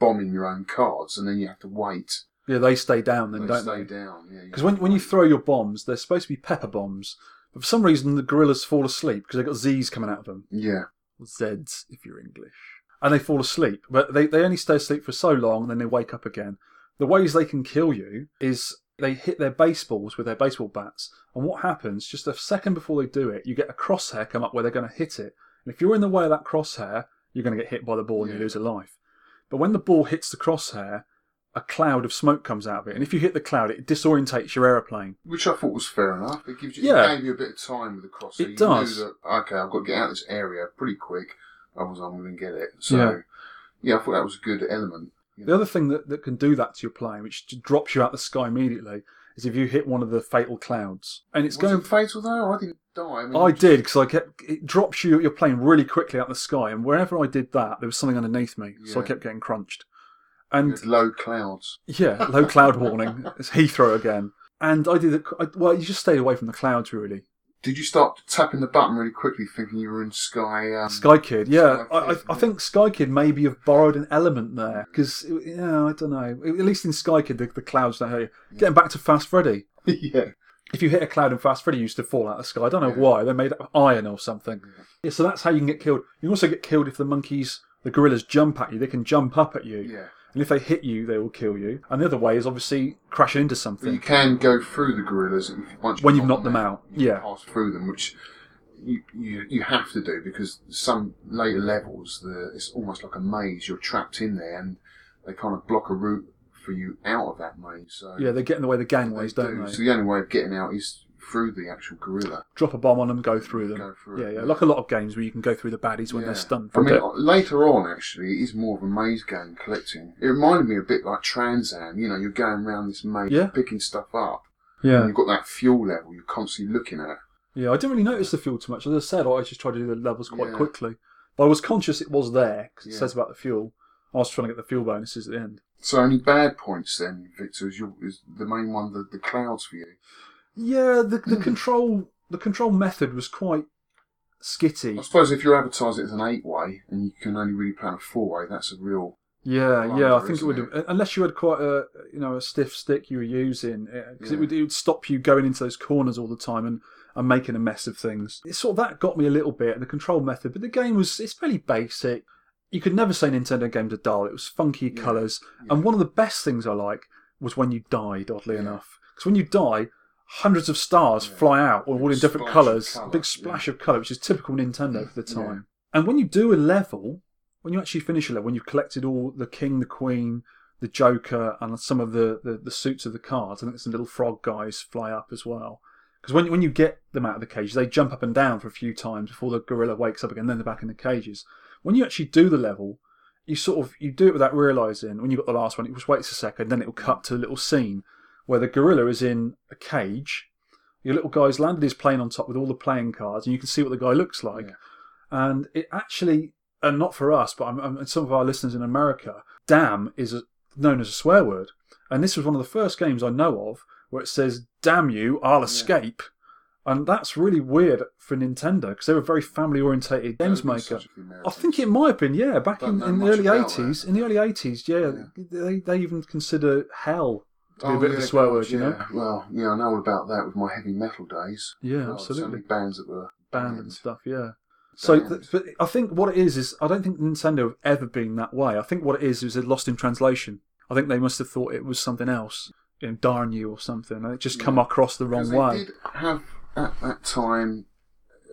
[SPEAKER 2] bombing your own cards, and then you have to wait.
[SPEAKER 1] Yeah, they stay down then,
[SPEAKER 2] they
[SPEAKER 1] don't
[SPEAKER 2] stay
[SPEAKER 1] they?
[SPEAKER 2] down. Yeah,
[SPEAKER 1] Because when, when you throw your bombs, they're supposed to be pepper bombs, but for some reason the gorillas fall asleep because they've got Z's coming out of them.
[SPEAKER 2] yeah,
[SPEAKER 1] Or Z's, if you're English. And they fall asleep, but they, they only stay asleep for so long and then they wake up again. The ways they can kill you is they hit their baseballs with their baseball bats, and what happens, just a second before they do it, you get a crosshair come up where they're going to hit it. And if you're in the way of that crosshair, you're going to get hit by the ball and you
[SPEAKER 2] Yeah.
[SPEAKER 1] lose a life. But when the ball hits the crosshair, a cloud of smoke comes out of it. And if you hit the cloud, it disorientates your aeroplane.
[SPEAKER 2] which I thought was fair enough. It gives you,
[SPEAKER 1] Yeah.
[SPEAKER 2] it gave you a bit of time with the cross. so
[SPEAKER 1] It
[SPEAKER 2] you
[SPEAKER 1] does.
[SPEAKER 2] Knew that, okay, I've got to get out of this area pretty quick, otherwise I'm going to get it. So,
[SPEAKER 1] Yeah.
[SPEAKER 2] yeah. I thought that was a good element. you
[SPEAKER 1] The
[SPEAKER 2] know.
[SPEAKER 1] other thing that, that can do that to your plane, which j- drops you out the sky immediately, is if you hit one of the fatal clouds. And it's
[SPEAKER 2] was
[SPEAKER 1] going.
[SPEAKER 2] it fatal though. I didn't die. I, mean,
[SPEAKER 1] I did because I kept. It drops you your plane really quickly out the sky, and wherever I did that, there was something underneath me, so I
[SPEAKER 2] Yeah.
[SPEAKER 1] kept getting crunched.
[SPEAKER 2] you
[SPEAKER 1] And
[SPEAKER 2] had low clouds.
[SPEAKER 1] *laughs* yeah, low cloud warning. It's Heathrow again. And I did it. I, well, you just stayed away from the clouds, really.
[SPEAKER 2] Did you start tapping the button really quickly, thinking you were in Sky? Um,
[SPEAKER 1] Sky Kid, yeah.
[SPEAKER 2] Sky
[SPEAKER 1] I, I,
[SPEAKER 2] Kid,
[SPEAKER 1] I think Sky Kid maybe have borrowed an element there because, yeah, I don't know. At least in Sky Kid, the, the clouds don't hurt you. Getting back to Fast Freddy,
[SPEAKER 2] *laughs* yeah.
[SPEAKER 1] if you hit a cloud in Fast Freddy, you used to fall out of the sky. I don't know why. They made it of iron or something. Yeah, so that's how you can get killed. You can also get killed if the monkeys, the gorillas, jump at you. They can jump up at you.
[SPEAKER 2] Yeah.
[SPEAKER 1] And if they hit you, they will kill you. And the other way is obviously crashing into
[SPEAKER 2] But you
[SPEAKER 1] something.
[SPEAKER 2] can go through the gorillas if, once
[SPEAKER 1] When you've knocked them out,
[SPEAKER 2] You can
[SPEAKER 1] yeah.
[SPEAKER 2] pass through them, which you, you you have to do because some later levels, the it's almost like a maze. You're trapped in there, and they kind of block a route for you out of that maze. So
[SPEAKER 1] Yeah, they get in the way of the
[SPEAKER 2] they
[SPEAKER 1] gangways, don't
[SPEAKER 2] do.
[SPEAKER 1] they?
[SPEAKER 2] So the only way of getting out is through the actual gorilla.
[SPEAKER 1] Drop a bomb on them, go through them.
[SPEAKER 2] Go through
[SPEAKER 1] yeah,
[SPEAKER 2] it,
[SPEAKER 1] yeah.
[SPEAKER 2] yeah.
[SPEAKER 1] Like a lot of games where you can go through the baddies when
[SPEAKER 2] Yeah.
[SPEAKER 1] they're stunned
[SPEAKER 2] I
[SPEAKER 1] for a
[SPEAKER 2] mean,
[SPEAKER 1] bit.
[SPEAKER 2] later on, actually, it is more of a maze game collecting. It reminded me a bit like Trans Am. You know, you're going around this maze,
[SPEAKER 1] Yeah.
[SPEAKER 2] picking stuff up, and
[SPEAKER 1] Yeah.
[SPEAKER 2] you've got that fuel level. You're constantly looking at it.
[SPEAKER 1] Yeah, I didn't really notice the fuel too much. As I said, I just tried to do the levels quite
[SPEAKER 2] Yeah.
[SPEAKER 1] quickly. But I was conscious it was there because it
[SPEAKER 2] Yeah.
[SPEAKER 1] says about the fuel. I was trying to get the fuel bonuses at the end.
[SPEAKER 2] So any bad points then, Victor, is, your, is the main one the, the clouds for you?
[SPEAKER 1] Yeah, the
[SPEAKER 2] Hmm.
[SPEAKER 1] the control the control method was quite
[SPEAKER 2] I
[SPEAKER 1] skitty.
[SPEAKER 2] suppose if you're advertising it as an eight way and you can only really play on a four way, that's a real
[SPEAKER 1] Yeah,
[SPEAKER 2] Well,
[SPEAKER 1] yeah, I
[SPEAKER 2] there
[SPEAKER 1] think it
[SPEAKER 2] isn't
[SPEAKER 1] would have, unless you had quite a you know a stiff stick you were using because it would it would stop you going into those corners all the time and and making a mess of things. It sort of that got me a little bit the control method, but the game was it's fairly basic. You could never say Nintendo games are dull. It was funky
[SPEAKER 2] Yeah,
[SPEAKER 1] colours, and one of the best things I like was when you died. Oddly
[SPEAKER 2] Yeah.
[SPEAKER 1] enough, because when you die, hundreds of stars
[SPEAKER 2] Yeah.
[SPEAKER 1] fly out, all
[SPEAKER 2] Big
[SPEAKER 1] all in different
[SPEAKER 2] splash of
[SPEAKER 1] colours, a
[SPEAKER 2] colour,
[SPEAKER 1] big
[SPEAKER 2] yeah.
[SPEAKER 1] splash of colour, which is typical Nintendo for the
[SPEAKER 2] Yeah.
[SPEAKER 1] time. And when you do a level, when you actually finish a level, when you've collected all the king, the queen, the joker, and some of the, the, the suits of the cards, I think some little frog guys fly up as well. Because when, when you get them out of the cage, they jump up and down for a few times before the gorilla wakes up again, then they're back in the cages. When you actually do the level, you sort of you do it without realizing when you got the last one, it just waits a second, then it will cut to a little scene where the gorilla is in a cage. Your little guy's landed his plane on top with all the playing cards, and you can see what the guy looks like.
[SPEAKER 2] Yeah.
[SPEAKER 1] And it actually, and not for us, but I'm, I'm, and some of our listeners in America, damn is a, known as a swear word. And this was one of the first games I know of where it says, damn you, I'll escape. And that's really weird for Nintendo because they're a very family orientated games
[SPEAKER 2] uh,
[SPEAKER 1] maker. I think it might have been, yeah, back
[SPEAKER 2] Don't
[SPEAKER 1] in,
[SPEAKER 2] know
[SPEAKER 1] in the
[SPEAKER 2] much
[SPEAKER 1] early
[SPEAKER 2] about
[SPEAKER 1] eighties.
[SPEAKER 2] that.
[SPEAKER 1] In the early eighties, yeah, They, they even consider hell to be
[SPEAKER 2] Oh,
[SPEAKER 1] a bit of a swear word, you know.
[SPEAKER 2] Well, yeah, I know all about that with my heavy metal days.
[SPEAKER 1] Yeah,
[SPEAKER 2] God, So
[SPEAKER 1] absolutely.
[SPEAKER 2] many bands that were
[SPEAKER 1] Banned and
[SPEAKER 2] banned.
[SPEAKER 1] stuff, yeah. So,
[SPEAKER 2] Banned.
[SPEAKER 1] th- but I think what it is is I don't think Nintendo have ever been that way. I think what it is is they're lost in translation. I think they must have thought it was something else, you know, darn you or something, and it just come
[SPEAKER 2] Yeah.
[SPEAKER 1] across the
[SPEAKER 2] Because
[SPEAKER 1] wrong
[SPEAKER 2] they
[SPEAKER 1] way.
[SPEAKER 2] did have at that time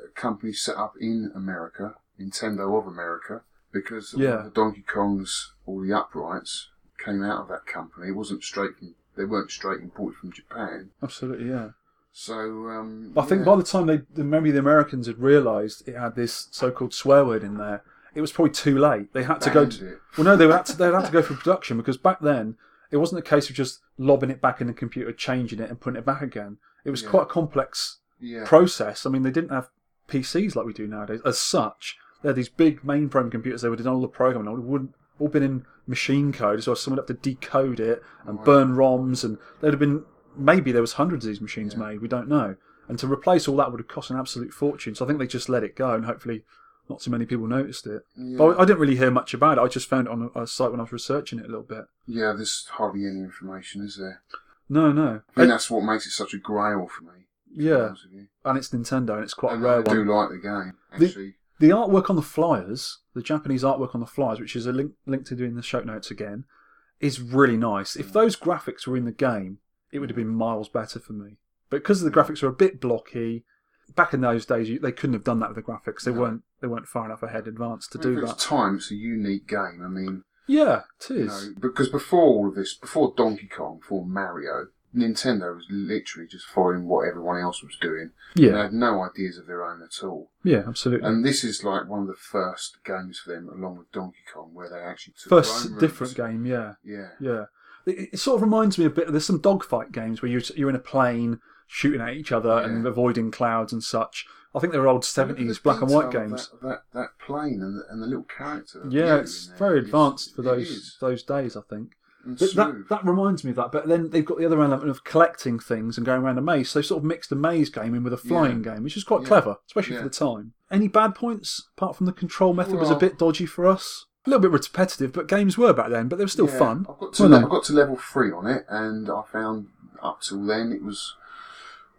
[SPEAKER 2] a company set up in America, Nintendo of America, because all
[SPEAKER 1] Yeah.
[SPEAKER 2] the Donkey Kongs, all the uprights came out of that company. It wasn't straight from, they weren't straight imported from Japan.
[SPEAKER 1] Absolutely, yeah.
[SPEAKER 2] So um,
[SPEAKER 1] I think
[SPEAKER 2] yeah.
[SPEAKER 1] by the time they, the- maybe the Americans had realised it had this so-called swear word in there, it was probably too late. They had to go.
[SPEAKER 2] Banned
[SPEAKER 1] To,
[SPEAKER 2] it.
[SPEAKER 1] well, no, they had to, they had to go for production because back then it wasn't a case of just lobbing it back in the computer, changing it, and putting it back again. It was
[SPEAKER 2] Yeah.
[SPEAKER 1] quite a complex
[SPEAKER 2] yeah,
[SPEAKER 1] process. I mean, they didn't have PCs like we do nowadays. As such, they had these big mainframe computers. They would have done all the programming. It would have all been in machine code, so someone would have to decode it and
[SPEAKER 2] Right.
[SPEAKER 1] burn ROMs. And there'd have been maybe there was hundreds of these machines made. We don't know. And to replace all that would have cost an absolute fortune. So I think they just let it go, and hopefully, not too many people noticed it.
[SPEAKER 2] yeah.
[SPEAKER 1] But I I didn't really hear much about it. I just found it on a, a site when I was researching it a little bit.
[SPEAKER 2] yeah, there's hardly any information, is there?
[SPEAKER 1] No, no.
[SPEAKER 2] I think
[SPEAKER 1] It-
[SPEAKER 2] that's what makes it such a grail for me. to be
[SPEAKER 1] yeah,
[SPEAKER 2] honest with you.
[SPEAKER 1] and it's Nintendo, and it's quite
[SPEAKER 2] And
[SPEAKER 1] a rare
[SPEAKER 2] I
[SPEAKER 1] one.
[SPEAKER 2] do like the game, actually.
[SPEAKER 1] The artwork on the flyers, the Japanese artwork on the flyers, which is a link, link to doing the show notes again, is really nice. If those graphics were in the game, it would have been miles better for me. But because the graphics are a bit blocky, back in those days you, they couldn't have done that with the graphics. They
[SPEAKER 2] No.
[SPEAKER 1] weren't they weren't far enough ahead advanced to
[SPEAKER 2] I mean,
[SPEAKER 1] do
[SPEAKER 2] for its
[SPEAKER 1] that.
[SPEAKER 2] time, it's a unique game. I mean,
[SPEAKER 1] Yeah, it
[SPEAKER 2] You
[SPEAKER 1] is.
[SPEAKER 2] know, because before all of this, before Donkey Kong, before Mario, Nintendo was literally just following what everyone else was doing. They
[SPEAKER 1] Yeah,
[SPEAKER 2] had no ideas of their own at all.
[SPEAKER 1] yeah, absolutely.
[SPEAKER 2] And this is like one of the first games for them, along with Donkey Kong, where they actually took their
[SPEAKER 1] First
[SPEAKER 2] own
[SPEAKER 1] different
[SPEAKER 2] route.
[SPEAKER 1] game, yeah.
[SPEAKER 2] Yeah.
[SPEAKER 1] Yeah, it, it sort of reminds me a bit. There's some dogfight games where you're you're in a plane shooting at each other and
[SPEAKER 2] Yeah.
[SPEAKER 1] avoiding clouds and such. I think they're old
[SPEAKER 2] Look at the
[SPEAKER 1] seventies black and white
[SPEAKER 2] detail of
[SPEAKER 1] games.
[SPEAKER 2] That, that, that plane and the, and the little character.
[SPEAKER 1] Yeah,
[SPEAKER 2] you
[SPEAKER 1] it's
[SPEAKER 2] in there.
[SPEAKER 1] very advanced for
[SPEAKER 2] it
[SPEAKER 1] those
[SPEAKER 2] is.
[SPEAKER 1] those days. I think
[SPEAKER 2] And
[SPEAKER 1] But that,
[SPEAKER 2] smooth.
[SPEAKER 1] that reminds me of that. But then they've got the other element of collecting things and going around a maze. So they've sort of mixed a maze game in with a flying game, which is quite
[SPEAKER 2] Yeah.
[SPEAKER 1] clever, especially
[SPEAKER 2] Yeah.
[SPEAKER 1] for the time. Any bad points apart from the control method was a
[SPEAKER 2] Well-
[SPEAKER 1] bit dodgy for us. A little bit repetitive, but games were back then. But they were still
[SPEAKER 2] Yeah,
[SPEAKER 1] fun.
[SPEAKER 2] I've got, to,
[SPEAKER 1] weren't
[SPEAKER 2] le-
[SPEAKER 1] they?
[SPEAKER 2] I've got to level three on it, and I found up till then it was,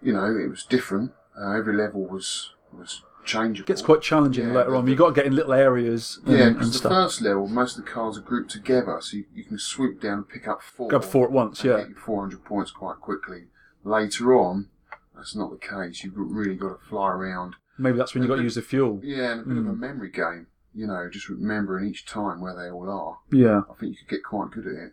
[SPEAKER 2] you know, it was different. Uh, every level was was changeable.
[SPEAKER 1] It gets quite challenging
[SPEAKER 2] Yeah,
[SPEAKER 1] later
[SPEAKER 2] the-
[SPEAKER 1] on. You've got to get in little areas and,
[SPEAKER 2] Yeah,
[SPEAKER 1] and
[SPEAKER 2] because the
[SPEAKER 1] stuff.
[SPEAKER 2] first level, most of the cars are grouped together, so you, you can swoop down and pick up four.
[SPEAKER 1] Grab four at once,
[SPEAKER 2] and
[SPEAKER 1] yeah.
[SPEAKER 2] Get your 400 points quite quickly. Later on, that's not the case. You've really got to fly around.
[SPEAKER 1] Maybe that's when you got to use the fuel.
[SPEAKER 2] Yeah, and a bit
[SPEAKER 1] Hmm.
[SPEAKER 2] of a memory game, you know, just remembering each time where they all are.
[SPEAKER 1] Yeah.
[SPEAKER 2] I think you could get quite good at it.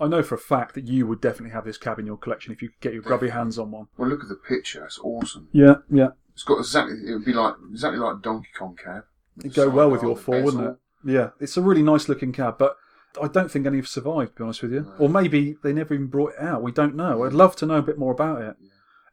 [SPEAKER 1] I know for a fact that you would definitely have this cab in your collection if you could get your grubby hands on one.
[SPEAKER 2] Well, look at the picture. It's awesome.
[SPEAKER 1] Yeah, yeah.
[SPEAKER 2] It's got exactly. It would be like exactly like Donkey Kong cab.
[SPEAKER 1] It'd go well with
[SPEAKER 2] Sidecar,
[SPEAKER 1] your
[SPEAKER 2] the
[SPEAKER 1] four, wouldn't
[SPEAKER 2] bezel.
[SPEAKER 1] it? Yeah, it's a really nice looking cab, but I don't think any have survived, to be honest with you. Or maybe they never even brought it out. We don't know. I'd love to know a bit more about it.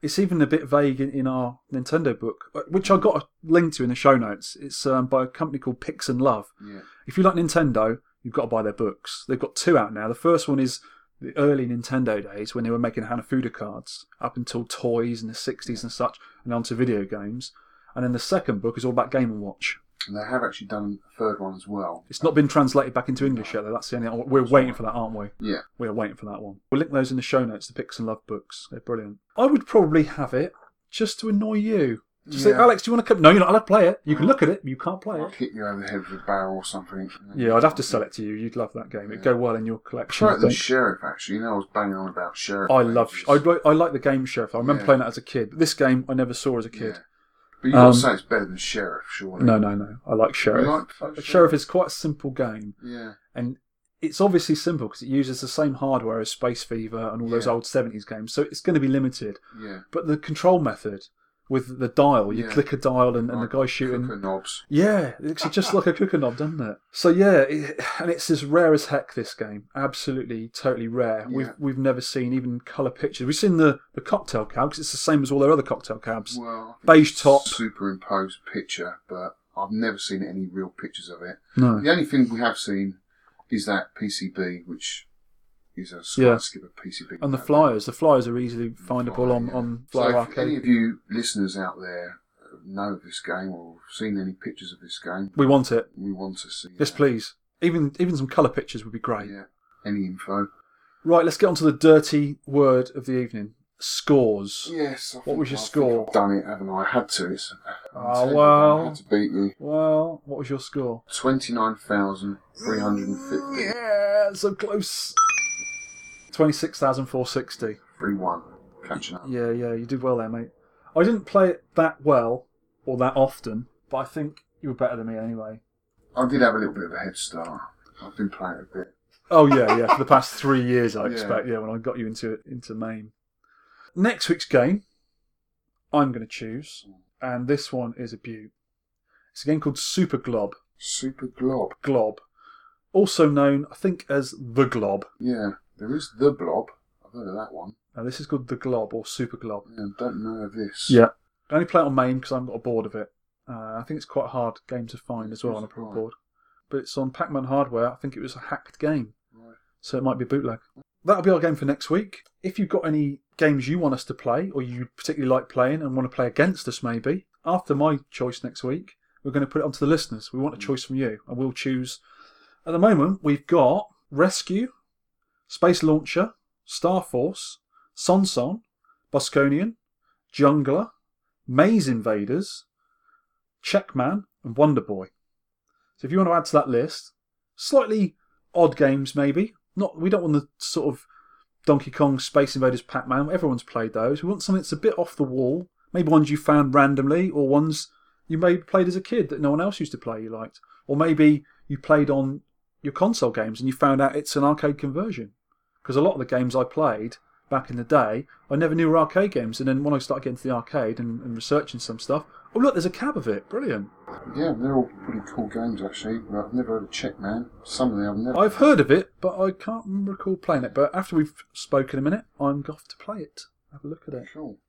[SPEAKER 1] It's even a bit vague in, in our Nintendo book, uh, which I got a link to in the show notes. It's um, by a company called Pix and Love.
[SPEAKER 2] Yeah.
[SPEAKER 1] If you like Nintendo, you've got to buy their books. They've got two out now. The first one is the early Nintendo days when they were making Hanafuda cards, up until toys in the 60s and such, and onto video games. And then the second book is all about Game & Watch.
[SPEAKER 2] And they have actually done a third one as well.
[SPEAKER 1] It's not been translated back into English yet, though. That's the only. oh, We're waiting for that, aren't we?
[SPEAKER 2] Yeah.
[SPEAKER 1] We're waiting for that one. We'll link those in the show notes. The Picks and Love books. They're brilliant. I would probably have it just to annoy you. Just say,
[SPEAKER 2] Yeah.
[SPEAKER 1] Alex, do you want to come? No, you're not allowed to play it. You can look at it, but you can't play
[SPEAKER 2] I'll
[SPEAKER 1] it.
[SPEAKER 2] hit you over the head with a barrel or something.
[SPEAKER 1] Oh, Yeah, I'd have to sell it to you. You'd love that game. It'd go well in your collection. I,
[SPEAKER 2] Try it the
[SPEAKER 1] think.
[SPEAKER 2] sheriff. Actually, you know, I was banging on about sheriff.
[SPEAKER 1] I love.
[SPEAKER 2] ages.
[SPEAKER 1] I, li- I like the game Sheriff. I remember
[SPEAKER 2] Yeah.
[SPEAKER 1] playing that as a kid. But this game I never saw as a
[SPEAKER 2] Yeah.
[SPEAKER 1] kid.
[SPEAKER 2] But you gotta
[SPEAKER 1] Um,
[SPEAKER 2] say it's better than sheriff, surely.
[SPEAKER 1] No, no, no. I like Sheriff.
[SPEAKER 2] like Sheriff?
[SPEAKER 1] Sheriff is quite a simple game.
[SPEAKER 2] Yeah.
[SPEAKER 1] and it's obviously simple because it uses the same hardware as Space Fever and all those
[SPEAKER 2] Yeah.
[SPEAKER 1] old 70s games, so it's going to be limited.
[SPEAKER 2] Yeah.
[SPEAKER 1] But the control method with the dial, you
[SPEAKER 2] Yeah.
[SPEAKER 1] click a dial and, and the
[SPEAKER 2] Like
[SPEAKER 1] guy shooting.
[SPEAKER 2] Cooker knobs.
[SPEAKER 1] Yeah, it looks just like a cooker knob, doesn't it? So yeah, it, and it's as rare as heck. This game, absolutely, totally rare. We've
[SPEAKER 2] Yeah.
[SPEAKER 1] we've never seen even color pictures. We've seen the the cocktail cab 'cause it's the same as all their other cocktail cabs.
[SPEAKER 2] Well, I think
[SPEAKER 1] Beige
[SPEAKER 2] it's a
[SPEAKER 1] top.
[SPEAKER 2] Superimposed picture, but I've never seen any real pictures of it.
[SPEAKER 1] No,
[SPEAKER 2] The only thing we have seen is that PCB, which is a
[SPEAKER 1] Yeah.
[SPEAKER 2] yeah. skipper PCB.
[SPEAKER 1] and the
[SPEAKER 2] program.
[SPEAKER 1] flyers. The flyers are easily
[SPEAKER 2] Flyer,
[SPEAKER 1] findable on
[SPEAKER 2] yeah.
[SPEAKER 1] on
[SPEAKER 2] So
[SPEAKER 1] Flyer
[SPEAKER 2] if
[SPEAKER 1] Arcade.
[SPEAKER 2] any of you listeners out there know of this game or have seen any pictures of this game,
[SPEAKER 1] We want it.
[SPEAKER 2] we want to see.
[SPEAKER 1] Yes,
[SPEAKER 2] that.
[SPEAKER 1] please. Even even some colour pictures would be great.
[SPEAKER 2] Yeah. Any info?
[SPEAKER 1] Right, let's get on to the dirty word of the evening. Scores.
[SPEAKER 2] Yes. I
[SPEAKER 1] What was your
[SPEAKER 2] I
[SPEAKER 1] score?
[SPEAKER 2] I've done it, haven't I? I had to. It's. uh,
[SPEAKER 1] Ah,
[SPEAKER 2] Nintendo,
[SPEAKER 1] well.
[SPEAKER 2] I had to beat you.
[SPEAKER 1] Well, what was your score?
[SPEAKER 2] Twenty-nine thousand three hundred and fifty.
[SPEAKER 1] Yeah, so close. 26,460.
[SPEAKER 2] Three one. Catching up.
[SPEAKER 1] Yeah, yeah, you did well there, mate. I didn't play it that well or that often, but I think you were better than me anyway.
[SPEAKER 2] I did have a little bit of a head start. I've been playing it a bit.
[SPEAKER 1] Oh yeah, yeah, for the
[SPEAKER 2] *laughs*
[SPEAKER 1] past three years I
[SPEAKER 2] Yeah.
[SPEAKER 1] expect, yeah, when I got you into into Maine. Next week's game I'm gonna choose. And this one is a beaut. It's a game called Super Glob.
[SPEAKER 2] Super Glob.
[SPEAKER 1] Glob, also known, I think, as the Glob.
[SPEAKER 2] Yeah, there is the blob. I've heard of that one.
[SPEAKER 1] Now, this is called the Glob or Super Glob.
[SPEAKER 2] Yeah, don't know of this.
[SPEAKER 1] I only play it on main because I haven't got a board of it. Uh, I think it's quite a hard game to find as well on a proper
[SPEAKER 2] Right.
[SPEAKER 1] board. But it's on Pac Man hardware. I think it was a hacked game.
[SPEAKER 2] Right.
[SPEAKER 1] So it might be bootleg. That'll be our game for next week. If you've got any games you want us to play or you particularly like playing and want to play against us, maybe, after my choice next week, we're going to put it onto the listeners. We want a choice from you and we'll choose. At the moment, we've got Rescue, Space Launcher, Star Force, Sonson, Bosconian, Jungler, Maze Invaders, Checkman, and Wonder Boy. So if you want to add to that list, slightly odd games maybe. Not we don't want the sort of Donkey Kong, Space Invaders, Pac Man. Everyone's played those. We want something that's a bit off the wall. Maybe ones you found randomly, or ones you maybe played as a kid that no one else used to play. You liked, or maybe you played on your console games and you found out it's an arcade conversion. Because a lot of the games I played back in the day, I never knew were arcade games. And then when I started getting to the arcade and, and researching some stuff, oh look, there's a cab of it. Brilliant.
[SPEAKER 2] Yeah, they're all pretty cool games actually. But I've never heard of Check Man. Some of them I've never.
[SPEAKER 1] I've heard of it, but I can't recall playing it. But after we've spoken a minute, I'm off to play it. Have a look at it.
[SPEAKER 2] Cool.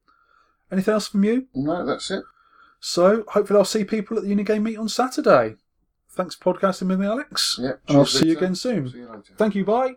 [SPEAKER 1] Anything else from you?
[SPEAKER 2] No, that's it.
[SPEAKER 1] So hopefully I'll see people at the Unigame meet on Saturday. Thanks for podcasting with me, Alex.
[SPEAKER 2] Yeah.
[SPEAKER 1] and I'll
[SPEAKER 2] cheers,
[SPEAKER 1] see you
[SPEAKER 2] Victor.
[SPEAKER 1] again soon.
[SPEAKER 2] See you later.
[SPEAKER 1] Thank you. Bye.